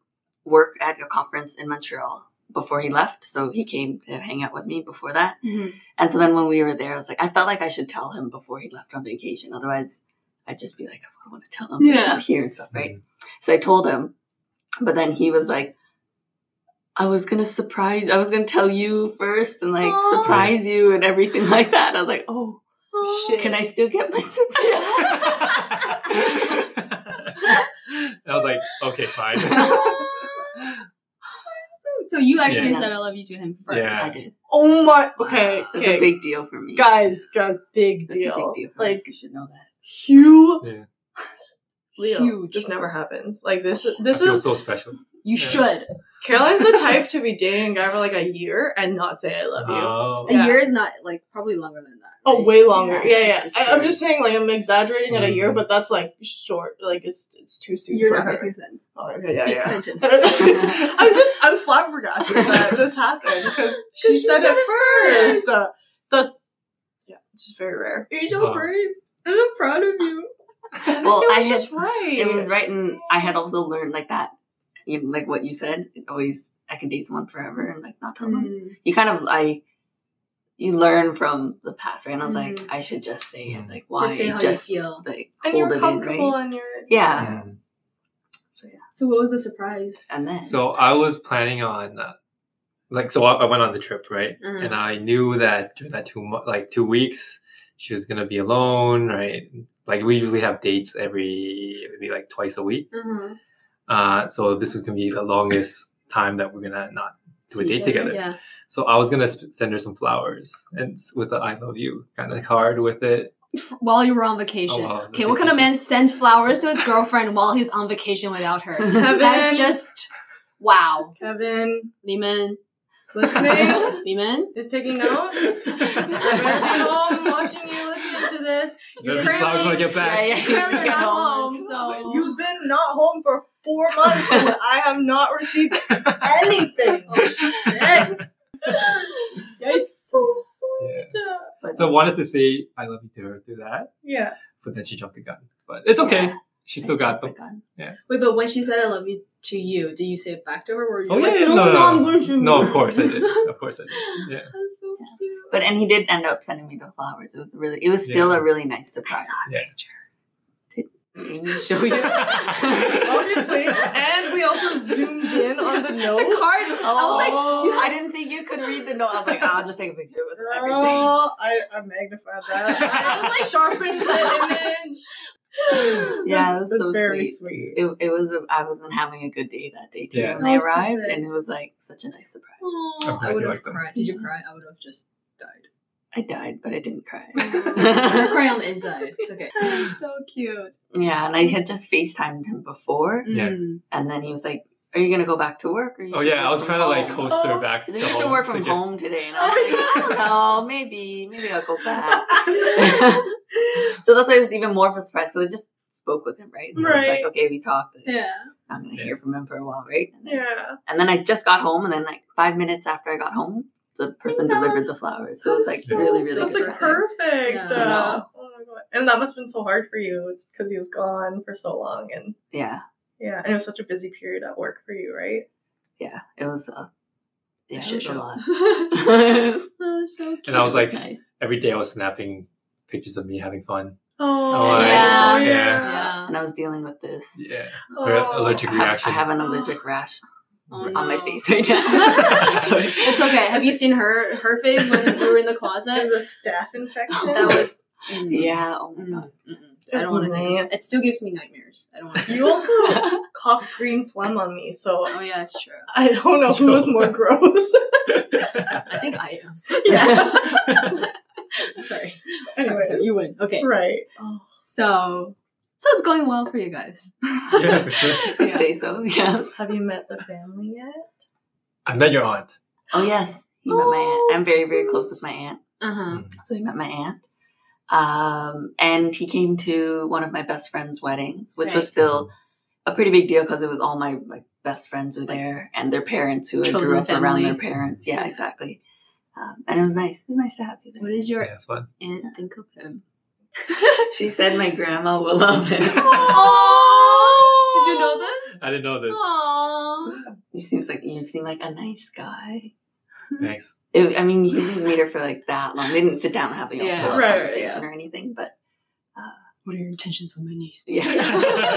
Speaker 4: work at a conference in montreal before he left so he came to hang out with me before that
Speaker 3: Mm-hmm.
Speaker 4: and so then when we were there i was like i felt like i should tell him before he left on vacation otherwise i'd just be like i don't want to tell him because
Speaker 1: Yeah.
Speaker 4: i'm here and stuff
Speaker 5: Mm-hmm.
Speaker 4: right so i told him but then he was like I was gonna surprise. I was gonna tell you first and like
Speaker 1: Aw.
Speaker 4: surprise you and everything like that. I was like, oh,
Speaker 1: Shit.
Speaker 4: can I still get my surprise?
Speaker 5: I was like, okay, fine.
Speaker 1: So you actually
Speaker 5: Yeah.
Speaker 1: said I love you to him first.
Speaker 5: Yeah.
Speaker 4: I did.
Speaker 3: oh my. Okay.
Speaker 1: Wow.
Speaker 4: That's
Speaker 3: okay.
Speaker 4: a big deal for me.
Speaker 3: guys, guys, big
Speaker 4: That's
Speaker 3: deal.
Speaker 4: a big deal. For me.
Speaker 3: Like
Speaker 4: you should know that.
Speaker 3: Hugh.
Speaker 5: Yeah.
Speaker 3: Leo,
Speaker 1: Huge.
Speaker 3: This never happens. Like this.
Speaker 5: This
Speaker 3: This
Speaker 5: I feel
Speaker 3: is
Speaker 5: so special.
Speaker 1: You should.
Speaker 3: Caroline's the type to be dating a guy for like a year and not say I love you.
Speaker 5: Oh,
Speaker 1: A
Speaker 3: Yeah.
Speaker 1: year is not like probably longer than that.
Speaker 3: oh, way longer. Yeah,
Speaker 4: Yeah,
Speaker 3: yeah.
Speaker 4: this is
Speaker 3: I, I'm
Speaker 4: true.
Speaker 3: just saying, like, I'm exaggerating at a year,
Speaker 5: Mm.
Speaker 3: but that's like short. Like, it's it's too soon
Speaker 1: You're
Speaker 3: for
Speaker 1: not
Speaker 3: her.
Speaker 1: making sense.
Speaker 3: Oh, okay, yeah,
Speaker 1: Speak
Speaker 3: yeah.
Speaker 1: sentence. Um,
Speaker 3: I don't know. I'm just I'm flabbergasted that this happened because she,
Speaker 1: she
Speaker 3: said,
Speaker 1: said
Speaker 3: it
Speaker 1: it
Speaker 3: first.
Speaker 1: first.
Speaker 3: Uh, that's yeah, it's just very rare.
Speaker 1: You're
Speaker 5: so Wow.
Speaker 1: brave. I'm proud of you.
Speaker 4: Well,
Speaker 3: it
Speaker 4: I
Speaker 3: was
Speaker 4: had
Speaker 3: just right.
Speaker 4: it was right, and I had also learned like that, you know, like what you said. It always I can date someone forever and like not tell them.
Speaker 3: Mm-hmm.
Speaker 4: You kind of I, you learn from the past, right? And I was
Speaker 1: Mhm.
Speaker 4: like, I should just say it.
Speaker 5: Mhm.
Speaker 4: Like why?
Speaker 1: Just say how you feel.
Speaker 4: like
Speaker 3: and
Speaker 4: hold
Speaker 3: you're
Speaker 4: it in,
Speaker 3: comfortable
Speaker 4: right?
Speaker 3: and you're
Speaker 4: Yeah.
Speaker 5: Mm.
Speaker 1: So what was the surprise?
Speaker 4: And then
Speaker 5: So I was planning on, uh, like, so I, I went on the trip, right?
Speaker 1: Mhm.
Speaker 4: Mm-hmm.
Speaker 5: And I knew that during that two mo- like two weeks, she was gonna be alone, right? Like we usually have dates every maybe like twice a week.
Speaker 3: Uh-huh.
Speaker 5: Uh, so this was gonna be the longest time that we're gonna not do a
Speaker 1: See
Speaker 5: date
Speaker 1: each
Speaker 5: together.
Speaker 1: other, Yeah.
Speaker 5: So I was gonna sp- send her some flowers and s- with the "I love you" kind of card with it.
Speaker 1: F- While you were on vacation.
Speaker 5: Oh, wow,
Speaker 1: okay, what kind of
Speaker 5: vacation.
Speaker 1: man sends flowers to his girlfriend while he's on vacation without her?
Speaker 3: Kevin,
Speaker 1: That's just wow.
Speaker 3: Kevin
Speaker 1: Lehman,
Speaker 3: listening
Speaker 1: Lehman.
Speaker 3: is taking notes. Everybody at home watching you listening to this.
Speaker 5: Maybe flowers when I get back.
Speaker 4: Yeah, yeah.
Speaker 1: Apparently you're
Speaker 4: Get
Speaker 1: not
Speaker 4: home.
Speaker 1: home, Um, so
Speaker 3: You've been not home for four months and I have not received anything.
Speaker 1: Oh shit!
Speaker 3: It's so sweet.
Speaker 4: But-
Speaker 5: So I wanted to say "I love you" to her through that,
Speaker 3: Yeah.
Speaker 5: but then she jumped the gun. But it's okay.
Speaker 4: Yeah.
Speaker 5: She still got
Speaker 4: the
Speaker 5: them.
Speaker 4: gun.
Speaker 1: Wait, but when she said "I love you" to you, did you say it back to her? Or were you
Speaker 5: Oh yeah,
Speaker 1: like,
Speaker 5: yeah, no,
Speaker 1: no,
Speaker 5: no,
Speaker 1: I'm
Speaker 5: no,
Speaker 1: going to-"
Speaker 5: no, of course I did. Of course I did. Yeah,
Speaker 1: That's so cute.
Speaker 4: But and he did end up sending me the flowers. It was really, it was still
Speaker 5: Yeah.
Speaker 4: a really nice surprise.
Speaker 5: yeah.
Speaker 4: Can you show you?
Speaker 3: Obviously. And we also zoomed in on the
Speaker 1: the
Speaker 3: note.
Speaker 1: card. I was like,
Speaker 4: Oh,
Speaker 1: you have
Speaker 4: I didn't think you could read the note. I was like, I'll just take a picture with everything.
Speaker 3: Girl, I, I magnified that.
Speaker 1: I was like-
Speaker 3: sharpened the image.
Speaker 4: Yeah,
Speaker 3: That's-
Speaker 4: it was
Speaker 3: that's
Speaker 4: so
Speaker 3: very
Speaker 4: sweet.
Speaker 3: sweet.
Speaker 4: It, it was a, I wasn't having a good day that day too
Speaker 5: Yeah.
Speaker 4: when
Speaker 1: That
Speaker 4: they
Speaker 1: was
Speaker 4: arrived,
Speaker 1: perfect.
Speaker 4: and it was like such a nice surprise.
Speaker 1: "Aw."
Speaker 5: glad
Speaker 1: I
Speaker 5: you
Speaker 1: would have
Speaker 5: like them.
Speaker 1: cried. Did you cry? I would have just died.
Speaker 4: I died, but I didn't cry.
Speaker 1: You're crying on the inside. It's okay. so cute.
Speaker 4: yeah, and I had just Facetimed him before,
Speaker 5: Yeah.
Speaker 1: Mm.
Speaker 4: and then he was like, "Are you gonna go back to work?" Or you
Speaker 5: Oh
Speaker 4: should
Speaker 5: yeah,
Speaker 4: work
Speaker 5: I was
Speaker 4: from
Speaker 5: trying to like
Speaker 4: home?"
Speaker 5: coast her back.
Speaker 4: He's like,
Speaker 5: to
Speaker 4: you should
Speaker 5: home
Speaker 4: work from
Speaker 5: to get-
Speaker 4: home today, and I was like, "Oh, "No, maybe, maybe I'll go back." so that's why it was even more of a surprise because I just spoke with him, right? So it's
Speaker 3: Right.
Speaker 4: like, okay, we talked.
Speaker 1: Yeah.
Speaker 4: I'm gonna
Speaker 5: Yeah.
Speaker 4: hear from him for a while, right? And then,
Speaker 3: Yeah.
Speaker 4: and then I just got home, and then like five minutes after I got home, the person
Speaker 1: Ding dong.
Speaker 4: delivered the flowers. So it was like
Speaker 5: so
Speaker 4: really, really
Speaker 1: sweet.
Speaker 3: That's
Speaker 4: good.
Speaker 3: like
Speaker 4: timing.
Speaker 3: perfect.
Speaker 1: Yeah.
Speaker 3: Uh,
Speaker 4: I know.
Speaker 3: oh my god! And that must have been so hard for you because he was gone for so long, and
Speaker 4: Yeah,
Speaker 3: yeah, and it was such a busy period at work for you, right?
Speaker 4: yeah. It was a yeah,
Speaker 1: That
Speaker 4: it was a
Speaker 1: was
Speaker 4: lot.
Speaker 1: that was so cute.
Speaker 5: And I was like,
Speaker 4: nice.
Speaker 5: every day I was snapping pictures of me having fun.
Speaker 3: Oh,
Speaker 1: Yeah.
Speaker 3: yeah.
Speaker 5: Yeah.
Speaker 1: Yeah.
Speaker 4: and I was dealing with this.
Speaker 5: Yeah.
Speaker 3: Oh.
Speaker 5: Her allergic
Speaker 4: I have, I
Speaker 5: reaction.
Speaker 4: have an allergic rash
Speaker 1: Oh,
Speaker 4: on my
Speaker 1: no.
Speaker 4: face right now. Sorry.
Speaker 1: It's okay. Have you seen her her face when we were in the closet?
Speaker 3: It was a staph infection.
Speaker 1: That was.
Speaker 4: Yeah. Oh my
Speaker 1: Mm.
Speaker 4: god.
Speaker 1: I don't want to think. About
Speaker 3: It's
Speaker 1: it. it still gives me nightmares. I don't want.
Speaker 3: You also coughed green phlegm on me, so
Speaker 1: Oh yeah, it's true.
Speaker 3: I don't know who was more gross.
Speaker 1: I think I am.
Speaker 3: yeah.
Speaker 1: Sorry. Sorry,
Speaker 3: Anyways.
Speaker 1: sorry. You win. Okay.
Speaker 3: Right. Oh.
Speaker 1: So so it's going well for you guys.
Speaker 5: yeah, for sure.
Speaker 4: I'd
Speaker 1: Yeah.
Speaker 4: say so. Yes.
Speaker 3: Have you met the family yet?
Speaker 5: I met your aunt.
Speaker 4: Oh yes. He met my aunt. I'm very very close with my aunt.
Speaker 1: Uh huh.
Speaker 5: Mm,
Speaker 4: So he met my aunt. Um, and he came to one of my best friend's weddings, which
Speaker 1: Right.
Speaker 4: was still a pretty big deal because it was all my like best friends were there and their parents who I
Speaker 1: Chosen
Speaker 4: grew up around their
Speaker 1: family.
Speaker 4: parents. Yeah,
Speaker 1: Yeah.
Speaker 4: exactly. Um, and it was nice. It was nice to have you
Speaker 1: What
Speaker 4: there.
Speaker 1: does
Speaker 5: Yeah,
Speaker 1: your
Speaker 5: it's fun.
Speaker 1: aunt think of him?
Speaker 4: She said my grandma will love him.
Speaker 1: Oh! Did you know this?
Speaker 5: I didn't know
Speaker 4: Oh.
Speaker 5: this.
Speaker 1: Aww.
Speaker 4: He seems like you seem like a nice guy.
Speaker 5: Thanks.
Speaker 4: It, I mean, you didn't meet her for like that long. They didn't sit down and have a
Speaker 1: Yeah.
Speaker 4: yeah. full
Speaker 3: Right, right,
Speaker 4: conversation
Speaker 1: yeah.
Speaker 4: or anything, but
Speaker 1: What are your intentions for my niece?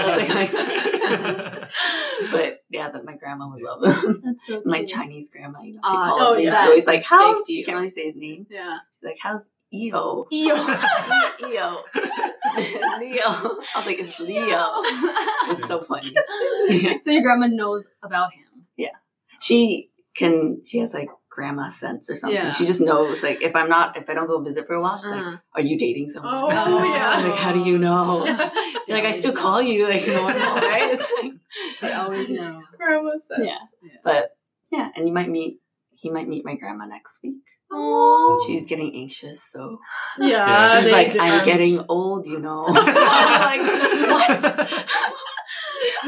Speaker 4: yeah. but yeah, that my grandma would love him.
Speaker 1: That's so
Speaker 4: My
Speaker 1: cute.
Speaker 4: Chinese grandma, you know, she
Speaker 1: Ah,
Speaker 4: calls
Speaker 3: oh,
Speaker 4: me.
Speaker 3: yeah.
Speaker 4: She's always like, "How's?"
Speaker 1: Big deal.
Speaker 4: She can't really say his name.
Speaker 1: Yeah.
Speaker 4: She's like, "How's Eo?"
Speaker 1: Yo.
Speaker 4: Eo. Leo. I was like, "It's Leo." It's so funny.
Speaker 1: so your grandma knows about him.
Speaker 4: she can. She has like grandma sense or something.
Speaker 1: Yeah.
Speaker 4: She just knows. Like, if I'm not, if I don't go visit for a while, she's like,
Speaker 1: Uh-huh.
Speaker 4: "Are you dating someone?"
Speaker 3: Oh,
Speaker 1: yeah.
Speaker 4: I'm like, how do you
Speaker 1: "Oh."
Speaker 4: know? You're like, I still call you, like, you know, right? It's like,
Speaker 1: They always know.
Speaker 3: Grandma said.
Speaker 4: yeah. But yeah, and you might meet, he might meet my grandma next week.
Speaker 1: Aww.
Speaker 4: She's getting anxious, so
Speaker 3: Yeah.
Speaker 5: Yeah.
Speaker 4: she's
Speaker 3: they
Speaker 4: like,
Speaker 3: do.
Speaker 4: I'm
Speaker 3: Um,
Speaker 4: getting old, you know. I'm like, what?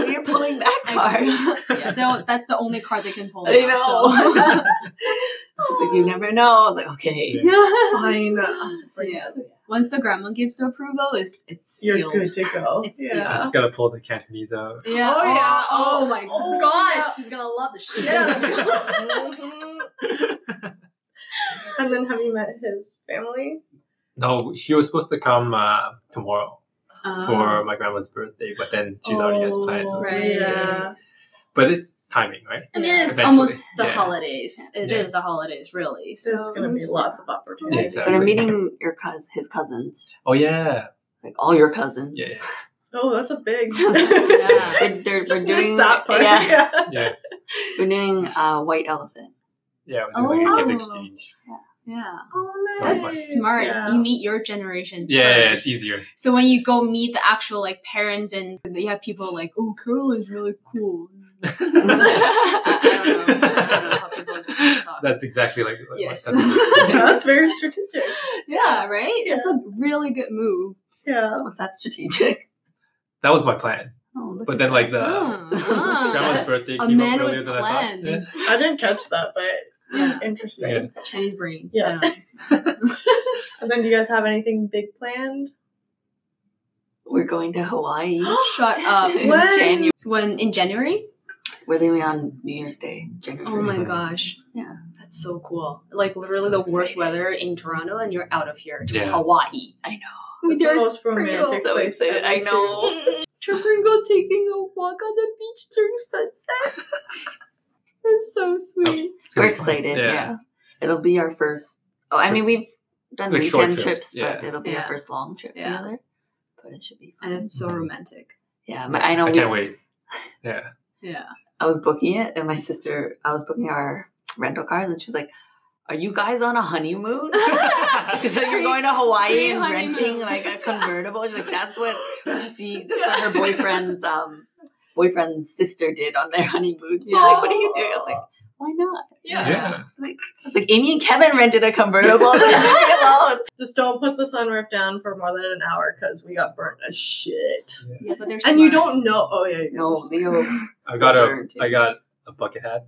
Speaker 4: You're pulling that card.
Speaker 1: yeah, they'll- that's the only card they can pull.
Speaker 4: I
Speaker 1: now,
Speaker 4: know. she's like, you never know. I was like, okay.
Speaker 1: so.
Speaker 3: Fine.
Speaker 1: Yeah. Once the grandma gives her approval, it's it's
Speaker 3: You're
Speaker 1: sealed.
Speaker 3: good to go.
Speaker 1: It's
Speaker 5: I
Speaker 1: sealed.
Speaker 5: just gotta pull the Cantonese out.
Speaker 1: Yeah.
Speaker 3: Oh, yeah.
Speaker 1: Oh, my
Speaker 3: Oh,
Speaker 1: gosh,
Speaker 3: yeah.
Speaker 1: she's gonna love the shit out of you.
Speaker 3: Mhm. and then have you met his family?
Speaker 5: No, she was supposed to come uh, tomorrow
Speaker 1: Uh,
Speaker 5: for my grandma's birthday, but then she's already has plans.
Speaker 3: Oh,
Speaker 1: Ah. Right.
Speaker 3: Yeah.
Speaker 5: But it's timing, right?
Speaker 1: I mean, it's
Speaker 5: Eventually,
Speaker 1: almost the
Speaker 5: yeah.
Speaker 1: holidays. It is
Speaker 5: Yeah.
Speaker 1: the holidays, really. So
Speaker 3: There's going to be lots of opportunities.
Speaker 5: Yeah,
Speaker 4: So they're
Speaker 5: Exactly.
Speaker 4: meeting your cous his cousins,
Speaker 5: Oh yeah,
Speaker 4: like all your cousins.
Speaker 5: yeah,
Speaker 3: Oh, that's a big.
Speaker 1: Yeah.
Speaker 4: They're, they're,
Speaker 3: Just
Speaker 4: they're
Speaker 3: missed
Speaker 4: doing
Speaker 3: that part.
Speaker 4: Yeah.
Speaker 5: yeah, yeah.
Speaker 4: We're doing uh, White Elephant.
Speaker 5: yeah we're doing like a gift
Speaker 1: Oh.
Speaker 5: exchange.
Speaker 1: Yeah,
Speaker 3: Oh, nice.
Speaker 1: that's smart.
Speaker 3: Yeah.
Speaker 1: You meet your generation.
Speaker 5: Yeah, yeah, it's
Speaker 1: first.
Speaker 5: easier.
Speaker 1: So when you go meet the actual like parents and you have people like, oh, Carol is really cool. I, I don't know. I don't know how people talk.
Speaker 5: That's exactly like like
Speaker 1: Yes.
Speaker 5: my cousin.
Speaker 3: Yeah, that's very strategic.
Speaker 1: yeah, right.
Speaker 3: Yeah.
Speaker 1: It's a really good move.
Speaker 3: Yeah.
Speaker 4: Was that Oh, strategic?
Speaker 5: that was my plan,
Speaker 4: Oh, look
Speaker 5: but
Speaker 4: at
Speaker 5: then
Speaker 4: that.
Speaker 5: like the
Speaker 1: Hmm, huh.
Speaker 5: grandma's birthday
Speaker 1: a
Speaker 5: came
Speaker 1: man
Speaker 5: up earlier
Speaker 1: with
Speaker 5: than I thought.
Speaker 1: plans.
Speaker 3: I didn't catch that, but
Speaker 1: Yeah.
Speaker 3: interesting.
Speaker 5: Yeah.
Speaker 1: Chinese brains.
Speaker 3: Yeah.
Speaker 1: I don't know.
Speaker 3: And then, do you guys have anything big planned?
Speaker 4: We're going to Hawaii.
Speaker 1: Shut up.
Speaker 4: In
Speaker 3: When?
Speaker 4: January.
Speaker 1: So when in January?
Speaker 4: We're leaving on New Year's Day, January
Speaker 1: Oh
Speaker 4: 1st.
Speaker 1: my gosh.
Speaker 4: Yeah.
Speaker 1: That's so cool. Like literally
Speaker 4: So
Speaker 1: the worst
Speaker 4: exciting.
Speaker 1: weather in Toronto and you're out of here to
Speaker 5: Yeah.
Speaker 1: Hawaii.
Speaker 4: I know.
Speaker 1: With
Speaker 3: It's the
Speaker 1: your
Speaker 3: most romantic
Speaker 4: So
Speaker 3: place.
Speaker 4: excited.
Speaker 3: ever,
Speaker 4: I
Speaker 3: too.
Speaker 4: know.
Speaker 1: Tringle taking a walk on the beach during sunset. That's so sweet.
Speaker 5: It's
Speaker 4: We're
Speaker 5: gonna be fun.
Speaker 4: excited. Yeah. It'll be our first. Oh, I
Speaker 5: Sure.
Speaker 4: mean, we've done
Speaker 5: Like short
Speaker 4: weekend
Speaker 5: trips,
Speaker 4: trips, but
Speaker 5: yeah.
Speaker 4: it'll be
Speaker 1: Yeah.
Speaker 4: our first long trip
Speaker 1: Yeah.
Speaker 4: together. But it should be
Speaker 1: And
Speaker 4: fun.
Speaker 1: it's so romantic.
Speaker 4: Yeah. My, I know.
Speaker 5: I
Speaker 4: we,
Speaker 5: can't wait. Yeah,
Speaker 1: Yeah.
Speaker 4: I was booking it, and my sister, I was booking our rental cars, and she's like, Are you guys on a honeymoon? She's like,
Speaker 1: Pre-
Speaker 4: you're going to Hawaii and
Speaker 1: pre-honeymoon.
Speaker 4: renting like a convertible. She's like, that's what
Speaker 3: That's-
Speaker 4: Steve, that's what her boyfriend's um boyfriend's sister did on their honeymoon. She's
Speaker 1: Yeah.
Speaker 4: like, what are you doing? I was like, why not?
Speaker 3: Yeah.
Speaker 5: yeah.
Speaker 4: I was like, Amy and Kevin rented a convertible. Leave me alone.
Speaker 3: Just don't put the sunroof down for more than an hour because we got burnt as shit.
Speaker 1: Yeah, but there's
Speaker 3: And you don't know. Oh yeah.
Speaker 4: No, Leo.
Speaker 5: I got a
Speaker 4: Burnt.
Speaker 5: I got a bucket hat.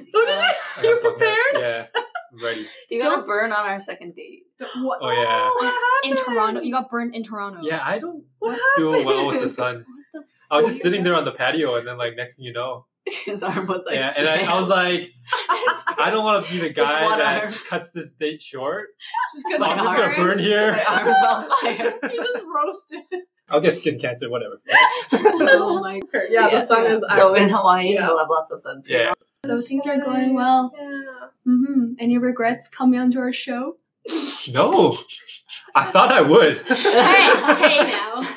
Speaker 3: Oh, did
Speaker 5: I
Speaker 3: you?
Speaker 5: got
Speaker 3: You're
Speaker 5: bucket
Speaker 3: prepared.
Speaker 5: hats. Yeah, I'm ready.
Speaker 4: You got a burn on our second date.
Speaker 1: what?
Speaker 5: Oh yeah.
Speaker 3: What
Speaker 1: in
Speaker 3: happened?
Speaker 1: Toronto. You got burnt in Toronto.
Speaker 5: Yeah, I don't
Speaker 3: What
Speaker 5: do well with the sun.
Speaker 1: What the
Speaker 5: I was just sitting there on the patio, and then like next thing you know,
Speaker 4: His arm was like.
Speaker 5: yeah, and I, I was like, I don't want to be the
Speaker 4: Just
Speaker 5: guy
Speaker 4: one
Speaker 5: that
Speaker 4: arm.
Speaker 5: cuts this date short.
Speaker 3: Just
Speaker 4: It's
Speaker 3: because
Speaker 5: So
Speaker 4: my
Speaker 5: I'm just gonna burn
Speaker 4: arms. My
Speaker 5: here.
Speaker 4: arm is on fire.
Speaker 3: he just roasted.
Speaker 5: I'll get skin cancer, whatever.
Speaker 4: oh my god.
Speaker 3: Yeah, the sun is
Speaker 4: So
Speaker 3: actually-
Speaker 4: in Hawaii,
Speaker 3: yeah.
Speaker 4: you'll have lots of sunscreen.
Speaker 5: Yeah.
Speaker 1: So things are going well. Mm-hmm. Any regrets coming onto our show?
Speaker 5: No, I thought I would.
Speaker 1: hey, hey now.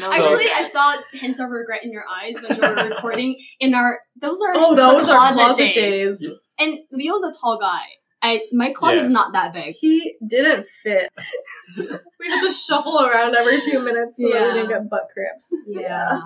Speaker 4: No,
Speaker 1: Actually, I saw hints of regret in your eyes when you were recording in our. Those are
Speaker 3: Oh,
Speaker 1: the
Speaker 3: those are
Speaker 1: closet
Speaker 3: closet days.
Speaker 1: And Leo's a tall guy. I my closet's
Speaker 5: Yeah.
Speaker 1: not that big.
Speaker 3: He didn't fit. we had to shuffle around every few minutes so that
Speaker 1: Yeah.
Speaker 3: we didn't get butt cramps.
Speaker 1: Yeah.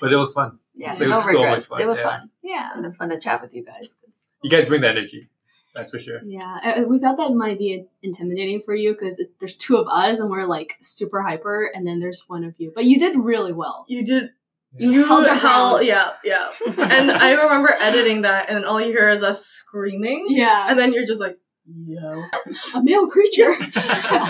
Speaker 5: But it was fun.
Speaker 4: yeah,
Speaker 5: It was
Speaker 4: no
Speaker 5: so much
Speaker 4: regrets.
Speaker 5: fun,
Speaker 4: it was
Speaker 5: yeah.
Speaker 4: fun.
Speaker 1: Yeah.
Speaker 4: And it's fun to chat with you guys.
Speaker 5: You guys bring the energy. That's for sure.
Speaker 1: Yeah. I- I- We thought that might be intimidating for you because there's two of us and we're like super hyper, and then there's one of you. But you did really well.
Speaker 3: You did.
Speaker 5: Yeah.
Speaker 3: You
Speaker 1: Held
Speaker 3: held
Speaker 1: your ground.
Speaker 3: Yeah, yeah. And I remember editing that, and all you hear is us screaming.
Speaker 1: Yeah.
Speaker 3: And then you're just like, yo.
Speaker 1: A male creature. Let's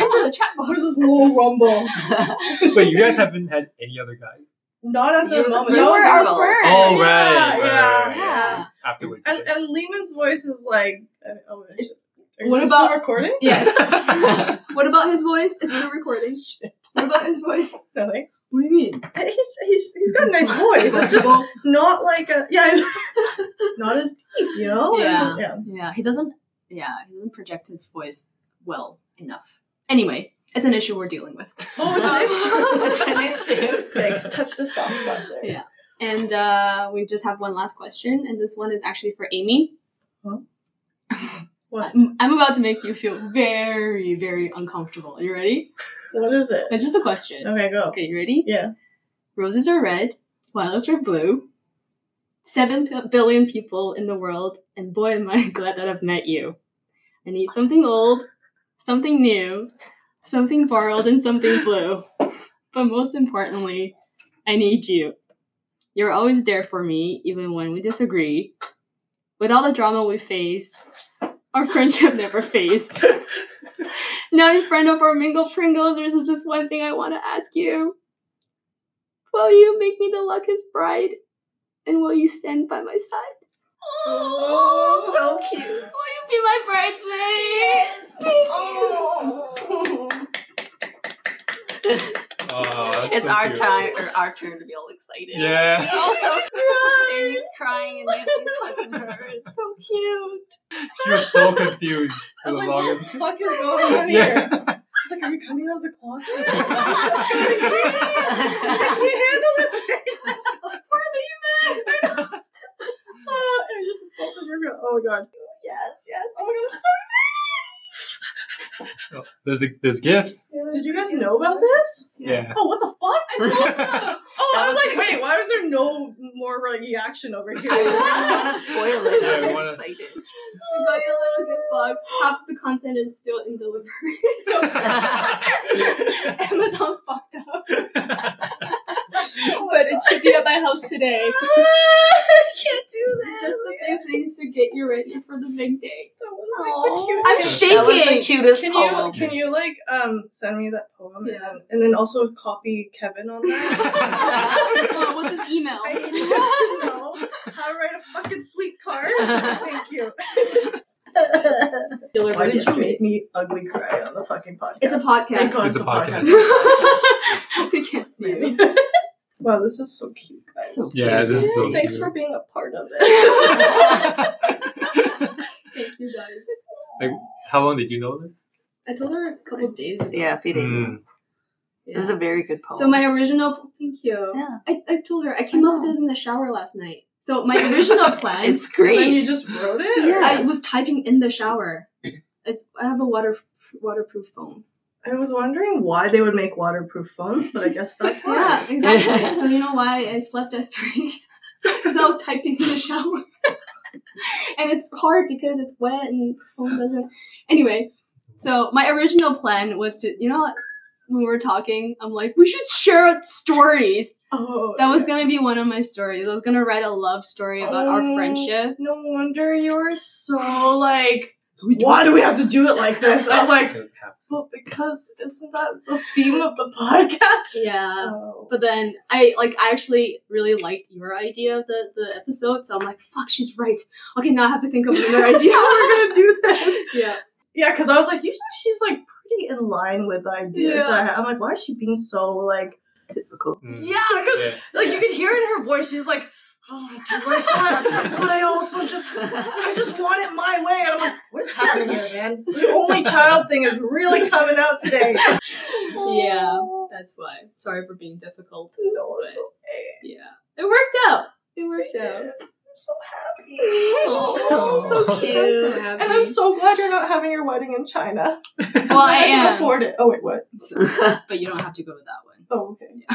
Speaker 1: enter the chat box.
Speaker 3: There's this little rumble.
Speaker 5: Wait, you guys haven't had any other guys
Speaker 3: Not at
Speaker 4: You-
Speaker 3: the moment.
Speaker 4: you
Speaker 3: That
Speaker 1: Those
Speaker 4: were
Speaker 1: are
Speaker 3: was our
Speaker 1: our
Speaker 4: singles.
Speaker 1: first.
Speaker 5: Oh, right.
Speaker 3: Yeah,
Speaker 5: right,
Speaker 3: yeah.
Speaker 5: right,
Speaker 1: Yeah.
Speaker 5: Afterwards.
Speaker 3: And, uh, and Lehman's voice is like, uh, oh, I should- are you
Speaker 1: What
Speaker 3: still
Speaker 1: about-
Speaker 3: recording?
Speaker 1: Yes.
Speaker 4: Yeah.
Speaker 1: What about his voice? It's still recording. What about his voice?
Speaker 3: Nothing.
Speaker 1: What do you mean?
Speaker 3: He's, he's, he's got a nice voice. It's just
Speaker 1: Well,
Speaker 3: not like a yeah, it's not as deep, you know.
Speaker 1: Yeah.
Speaker 3: yeah.
Speaker 1: yeah, he doesn't. Yeah, he doesn't project his voice well enough. Anyway, it's an issue we're dealing with.
Speaker 3: Oh,
Speaker 4: it's an issue.
Speaker 3: Thanks. Touch the soft spot there.
Speaker 1: Yeah. And uh, we just have one last question, and this one is actually for Amy.
Speaker 3: What?
Speaker 1: I'm I'm about to make you feel very, very uncomfortable. Are you ready?
Speaker 3: What is it?
Speaker 1: It's just a question.
Speaker 3: Okay, go.
Speaker 1: Okay, you ready?
Speaker 3: Yeah.
Speaker 1: Roses are red, violets are blue. Seven p- billion people in the world, and boy, am I glad that I've met you. I need something old, something new, something borrowed, and something blue. But most importantly, I need you. You're always there for me, even when we disagree. With all the drama we faced, our friendship never faced. now, in front of our mingle Pringles, there's just one thing I want to ask you. Will you make me the luckiest bride? And will you stand by my side?
Speaker 3: Oh,
Speaker 1: so cute. Will you be my bridesmaid?
Speaker 5: Oh, that's
Speaker 4: It's
Speaker 5: so
Speaker 4: our
Speaker 5: cute.
Speaker 4: time or our turn to be all excited.
Speaker 5: Yeah.
Speaker 4: Also, Amy's crying and Nancy's hugging her. It's so cute.
Speaker 5: She was so confused for
Speaker 3: I'm
Speaker 5: the
Speaker 3: like, what the
Speaker 5: longest.
Speaker 3: fuck is going on here?
Speaker 5: Yeah.
Speaker 3: He's like, are you coming out of the closet? I can't handle this. Right now. Poor Lehman. Oh, and I just insulted her. Oh my god.
Speaker 4: yes, yes.
Speaker 3: Oh my god, I'm so
Speaker 5: There's there's gifts.
Speaker 3: excited. Did you guys know about this?
Speaker 5: Yeah.
Speaker 3: Oh, what the fuck? I told
Speaker 5: yeah.
Speaker 3: Oh,
Speaker 4: That
Speaker 3: I was,
Speaker 4: was
Speaker 3: like,
Speaker 4: the-
Speaker 3: wait, why was there no more reaction over here?
Speaker 4: I don't want to spoil it.
Speaker 5: Yeah, we
Speaker 4: I'm
Speaker 5: wanna-
Speaker 4: excited.
Speaker 1: We got you a little gift box. Half the content is still in delivery, so Amazon fucked up. but it should be at my house today.
Speaker 3: I can't do this.
Speaker 1: Just the few things to get you ready for the big day.
Speaker 3: that was like the
Speaker 1: Aw.
Speaker 3: cutest.
Speaker 1: I'm
Speaker 4: That was the
Speaker 1: Shaking.
Speaker 4: cutest
Speaker 3: Can you
Speaker 4: poem.
Speaker 3: can you like um send me that poem
Speaker 1: Yeah.
Speaker 3: and, and then also copy Kevin on that?
Speaker 1: Oh, what's his email?
Speaker 3: I need to know how to write a fucking sweet card. Thank you. Why did you make me ugly cry on the fucking podcast?
Speaker 1: It's a
Speaker 3: Thank God
Speaker 1: podcast.
Speaker 5: It's a podcast.
Speaker 1: they can't see it.
Speaker 3: wow, this is so cute, guys.
Speaker 4: So
Speaker 5: Yeah, this is so
Speaker 3: Thanks
Speaker 5: cute.
Speaker 3: for being a part of it.
Speaker 1: Thank you guys.
Speaker 5: How long did you know this?
Speaker 1: I told her a couple days ago.
Speaker 4: Yeah, feeding.
Speaker 5: Mm.
Speaker 4: This is a very good poem.
Speaker 1: So my original thank you.
Speaker 4: Yeah.
Speaker 1: I, I told her I came up with this in the shower last night. So my original plan
Speaker 4: it's
Speaker 3: And then you
Speaker 4: great.
Speaker 3: just wrote it?
Speaker 4: Yeah.
Speaker 1: I was typing in the shower. It's I have a water waterproof phone.
Speaker 3: I was wondering why they would make waterproof phones, but I guess that's why.
Speaker 1: Yeah, exactly. so you know why I slept at three? Because I was typing in the shower. and it's hard because it's wet and the phone doesn't anyway. So my original plan was to you know when we were talking, I'm like, we should share stories.
Speaker 3: Oh,
Speaker 1: That was
Speaker 3: yeah.
Speaker 1: gonna be one of my stories. I was gonna write a love story about our
Speaker 3: Oh.
Speaker 1: friendship.
Speaker 3: No wonder you're so like why do we have to do it like this? I'm like,
Speaker 5: Because it happens.
Speaker 3: well, because isn't that the theme of the podcast?
Speaker 1: Yeah.
Speaker 3: Oh.
Speaker 1: But then I like I actually really liked your idea of the, the episode, so I'm like, fuck, she's right. Okay, now I have to think of another idea.
Speaker 3: We're gonna do this.
Speaker 1: yeah.
Speaker 3: Yeah, because I was like, usually she's like pretty in line with the ideas
Speaker 1: Yeah.
Speaker 3: that I have. I'm like, why is she being so like?
Speaker 4: Difficult.
Speaker 5: Mm.
Speaker 3: Yeah, because
Speaker 5: Yeah.
Speaker 3: like you can hear it in her voice, she's like, oh, I do like that, but I also just, I just want it my way. And I'm like, what is happening here, man? This only child thing is really coming out today.
Speaker 1: Yeah.
Speaker 3: Oh,
Speaker 1: That's why. Sorry for being difficult.
Speaker 3: No, it's okay.
Speaker 1: Yeah. It worked out. It worked out.
Speaker 3: I'm so happy.
Speaker 5: Oh,
Speaker 3: so cute.
Speaker 1: I'm so happy.
Speaker 3: And I'm so glad you're not having your wedding in China.
Speaker 1: well, I
Speaker 3: can
Speaker 1: am,
Speaker 3: afford it. Oh wait, what?
Speaker 1: but you don't have to go to that one.
Speaker 3: Oh okay.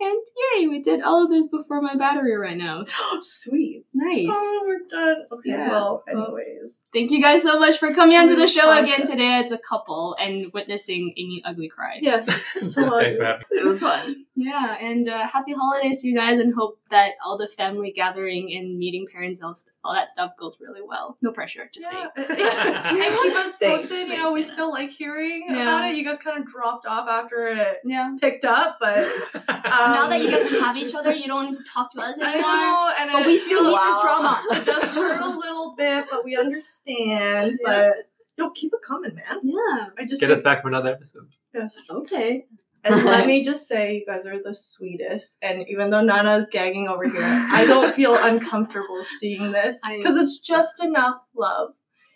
Speaker 1: And yay, we did all of this before my battery right now.
Speaker 3: Sweet.
Speaker 1: Nice.
Speaker 3: Oh, we're done. Okay.
Speaker 1: Yeah.
Speaker 3: Well, anyways,
Speaker 1: Thank you guys so much for coming onto the show
Speaker 3: Awesome.
Speaker 1: again today as a couple and witnessing Amy ugly cry.
Speaker 3: yes. So
Speaker 5: Thanks for having me.
Speaker 4: it was fun.
Speaker 1: Yeah, and uh, happy holidays to you guys, and hope that all the family gathering and meeting parents, all, st- all that stuff goes really well. No pressure, just saying.
Speaker 3: and keep us
Speaker 4: Thanks.
Speaker 3: posted. You know, we
Speaker 4: Thanks,
Speaker 3: still like hearing
Speaker 1: Yeah.
Speaker 3: about it. You guys kind of dropped off after it
Speaker 1: Yeah.
Speaker 3: picked up, but um,
Speaker 1: now that you guys have each other, you don't need to talk to us
Speaker 3: I
Speaker 1: anymore.
Speaker 3: know, and
Speaker 1: But
Speaker 3: it-
Speaker 1: we still need this
Speaker 4: Wow.
Speaker 1: drama.
Speaker 3: It does hurt a little bit, but we understand.
Speaker 1: Yeah.
Speaker 3: But yo, keep it coming, man.
Speaker 1: Yeah.
Speaker 3: I just
Speaker 5: Get us back for another episode.
Speaker 3: Yes.
Speaker 1: Okay.
Speaker 3: And let me just say, you guys are the sweetest. And even though Nana's gagging over here, I don't feel uncomfortable seeing this
Speaker 1: I-
Speaker 3: because it's just enough love,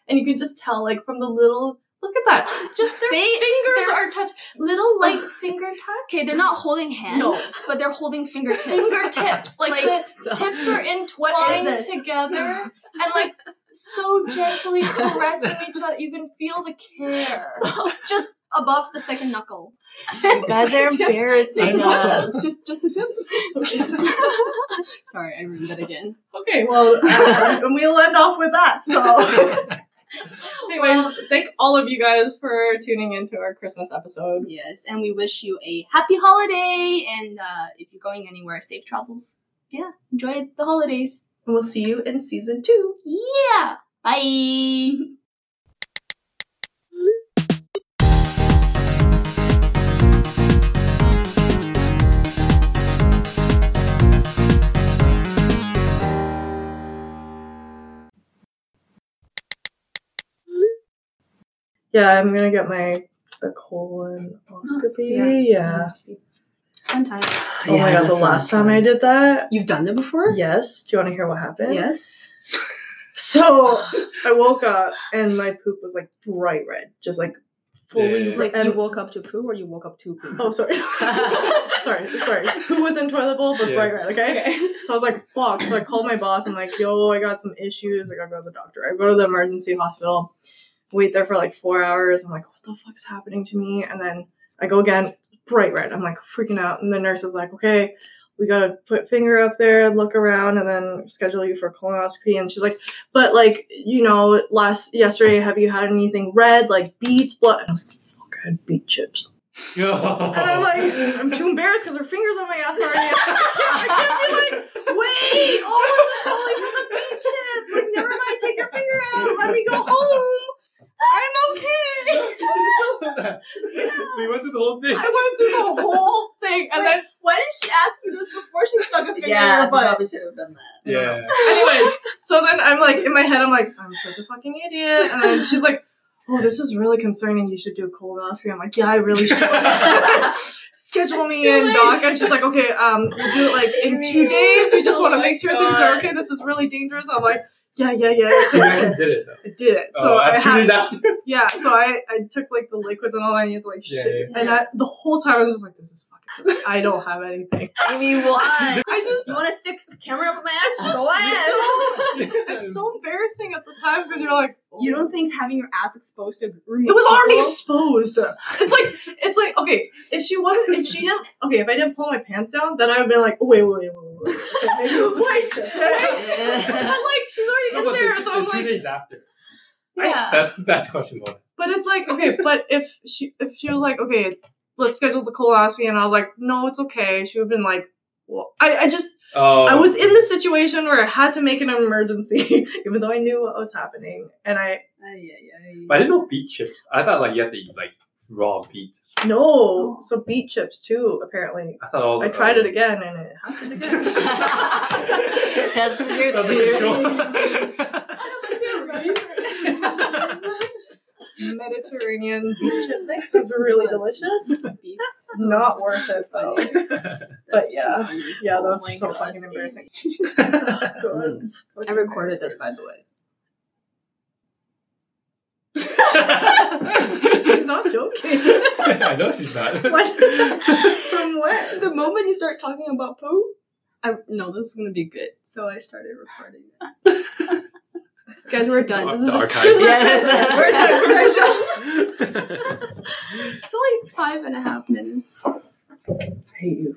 Speaker 3: and you can just tell, like from the little look at that, just their
Speaker 1: They-
Speaker 3: fingers
Speaker 1: they're-
Speaker 3: are touch, little light finger touch.
Speaker 1: Okay, they're not holding hands,
Speaker 3: No.
Speaker 1: but they're holding fingertips.
Speaker 3: Fingertips, like,
Speaker 1: Like,
Speaker 3: the tips are entwined
Speaker 1: this?
Speaker 3: together, and like so gently caressing each other. You can feel the care.
Speaker 1: just above the second knuckle.
Speaker 4: guys are
Speaker 1: Just
Speaker 4: embarrassing
Speaker 1: the
Speaker 4: us.
Speaker 1: tip. Just, just the tip. Sorry, I ruined that again.
Speaker 3: Okay, well, uh, and we'll end off with that. So. Anyways, thank all of you guys for tuning into our Christmas episode.
Speaker 1: Yes, and we wish you a happy holiday. And uh, if you're going anywhere, safe travels. Yeah, enjoy the holidays.
Speaker 3: And we'll see you in season two.
Speaker 1: Yeah. Bye.
Speaker 3: Yeah, I'm gonna get my the colonoscopy. Yeah.
Speaker 1: Fun times.
Speaker 3: Oh my god, the last time I did that.
Speaker 1: You've done that before?
Speaker 3: Yes. Do you want to hear what happened?
Speaker 1: Yes.
Speaker 3: So I woke up and my poop was like bright red, just like fully
Speaker 5: Yeah.
Speaker 3: red. and-
Speaker 1: up to poo or you woke up to poo?
Speaker 3: Oh, sorry. sorry, sorry. Who was in toilet bowl? But
Speaker 5: Yeah.
Speaker 3: bright red. Okay. So I was like, fuck. So I called my boss. I'm like, yo, I got some issues. I gotta go to the doctor. I go to the emergency hospital, wait there for like four hours. I'm like, what the fuck's happening to me? And then I go again, bright red. I'm like freaking out. And the nurse is like, okay, we gotta put finger up there, look around, and then schedule you for colonoscopy. And she's like, but like, you know, last yesterday, have you had anything red, like beets, blood? And I'm like, fuck, I had beet chips. And I'm like, I'm too embarrassed because her fingers on my ass already. I can't, I can't be like, wait, oh, this is totally for the beach chips. Like, never mind, take your finger out. Let me go home. I'm okay.
Speaker 5: we went through the whole thing.
Speaker 3: I went through the whole thing, and then
Speaker 1: Why did she ask you this before she stuck a finger
Speaker 4: Yeah,
Speaker 1: in
Speaker 4: she
Speaker 1: her butt?
Speaker 4: probably should have done that.
Speaker 5: Yeah.
Speaker 3: Anyways, so then I'm like in my head, I'm like, I'm such a fucking idiot. And then she's like, Oh, this is really concerning. You should do a colonoscopy. I'm like, Yeah, I really should. Schedule
Speaker 1: It's
Speaker 3: me
Speaker 1: too
Speaker 3: in,
Speaker 1: late.
Speaker 3: doc. And she's like, Okay, um, we'll do it like in two days. We just want to make sure things are okay. This is really dangerous. I'm like, Yeah, yeah, yeah.
Speaker 5: You
Speaker 3: okay, okay."
Speaker 5: actually did it though.
Speaker 3: I did it. So
Speaker 5: Oh,
Speaker 3: I
Speaker 5: after
Speaker 3: had,
Speaker 5: these after.
Speaker 3: yeah. So I, I took like the liquids and all that. And you had to like
Speaker 5: Yeah,
Speaker 3: shit. And I, the whole time I was just like, This is fucking. I don't have anything.
Speaker 4: Amy, why?
Speaker 3: I just
Speaker 1: You want to stick the camera up my
Speaker 3: it's
Speaker 1: ass?
Speaker 3: just
Speaker 1: Go ahead.
Speaker 3: it's so embarrassing at the time because you're like, oh.
Speaker 1: You don't think having your ass exposed to a room
Speaker 3: It
Speaker 1: of
Speaker 3: was already
Speaker 1: people-
Speaker 3: exposed. It's like it's like okay, if she wasn't, if she didn't, okay, if I didn't pull my pants down, then I would be like, oh, wait, wait, wait, wait, wait, Okay, maybe it was the
Speaker 2: Wait,
Speaker 3: pants. But
Speaker 4: wait.
Speaker 3: like she's
Speaker 5: How
Speaker 3: already in
Speaker 5: about
Speaker 3: there,
Speaker 5: the,
Speaker 3: so
Speaker 5: the
Speaker 3: I'm
Speaker 5: two
Speaker 3: like, uh,
Speaker 5: days after?
Speaker 1: Yeah.
Speaker 5: That's that's questionable.
Speaker 3: but it's like okay, but if she if she was like okay, let's schedule the colonoscopy, and I was like, no, it's okay, she would have been like, well, I I just
Speaker 5: Oh,
Speaker 3: I was in the situation where I had to make an emergency, even though I knew what was happening. And I
Speaker 5: But I didn't know beet chips. I thought like you had to eat like raw beets.
Speaker 3: no, so beet chips too. Apparently,
Speaker 5: I thought all. uh,
Speaker 3: I tried it again and it happened again.
Speaker 4: Test of your
Speaker 5: That's
Speaker 4: theory.
Speaker 5: a joke.
Speaker 3: Mediterranean beet chip mix is really delicious. Not worth it though. But yeah, yeah, that
Speaker 1: Oh
Speaker 3: was so fucking embarrassing. God.
Speaker 1: I recorded this, by the way.
Speaker 3: She's not joking.
Speaker 5: I know she's not.
Speaker 3: What? From what?
Speaker 1: The moment you start talking about poo, I no, this is gonna be good. So I started recording. Guys, we're done. This is
Speaker 5: The
Speaker 1: just,
Speaker 5: archive.
Speaker 1: here's our
Speaker 4: Yes.
Speaker 1: special. Where's our
Speaker 3: Where's
Speaker 1: special? It's only five and a half minutes.
Speaker 4: I hate you.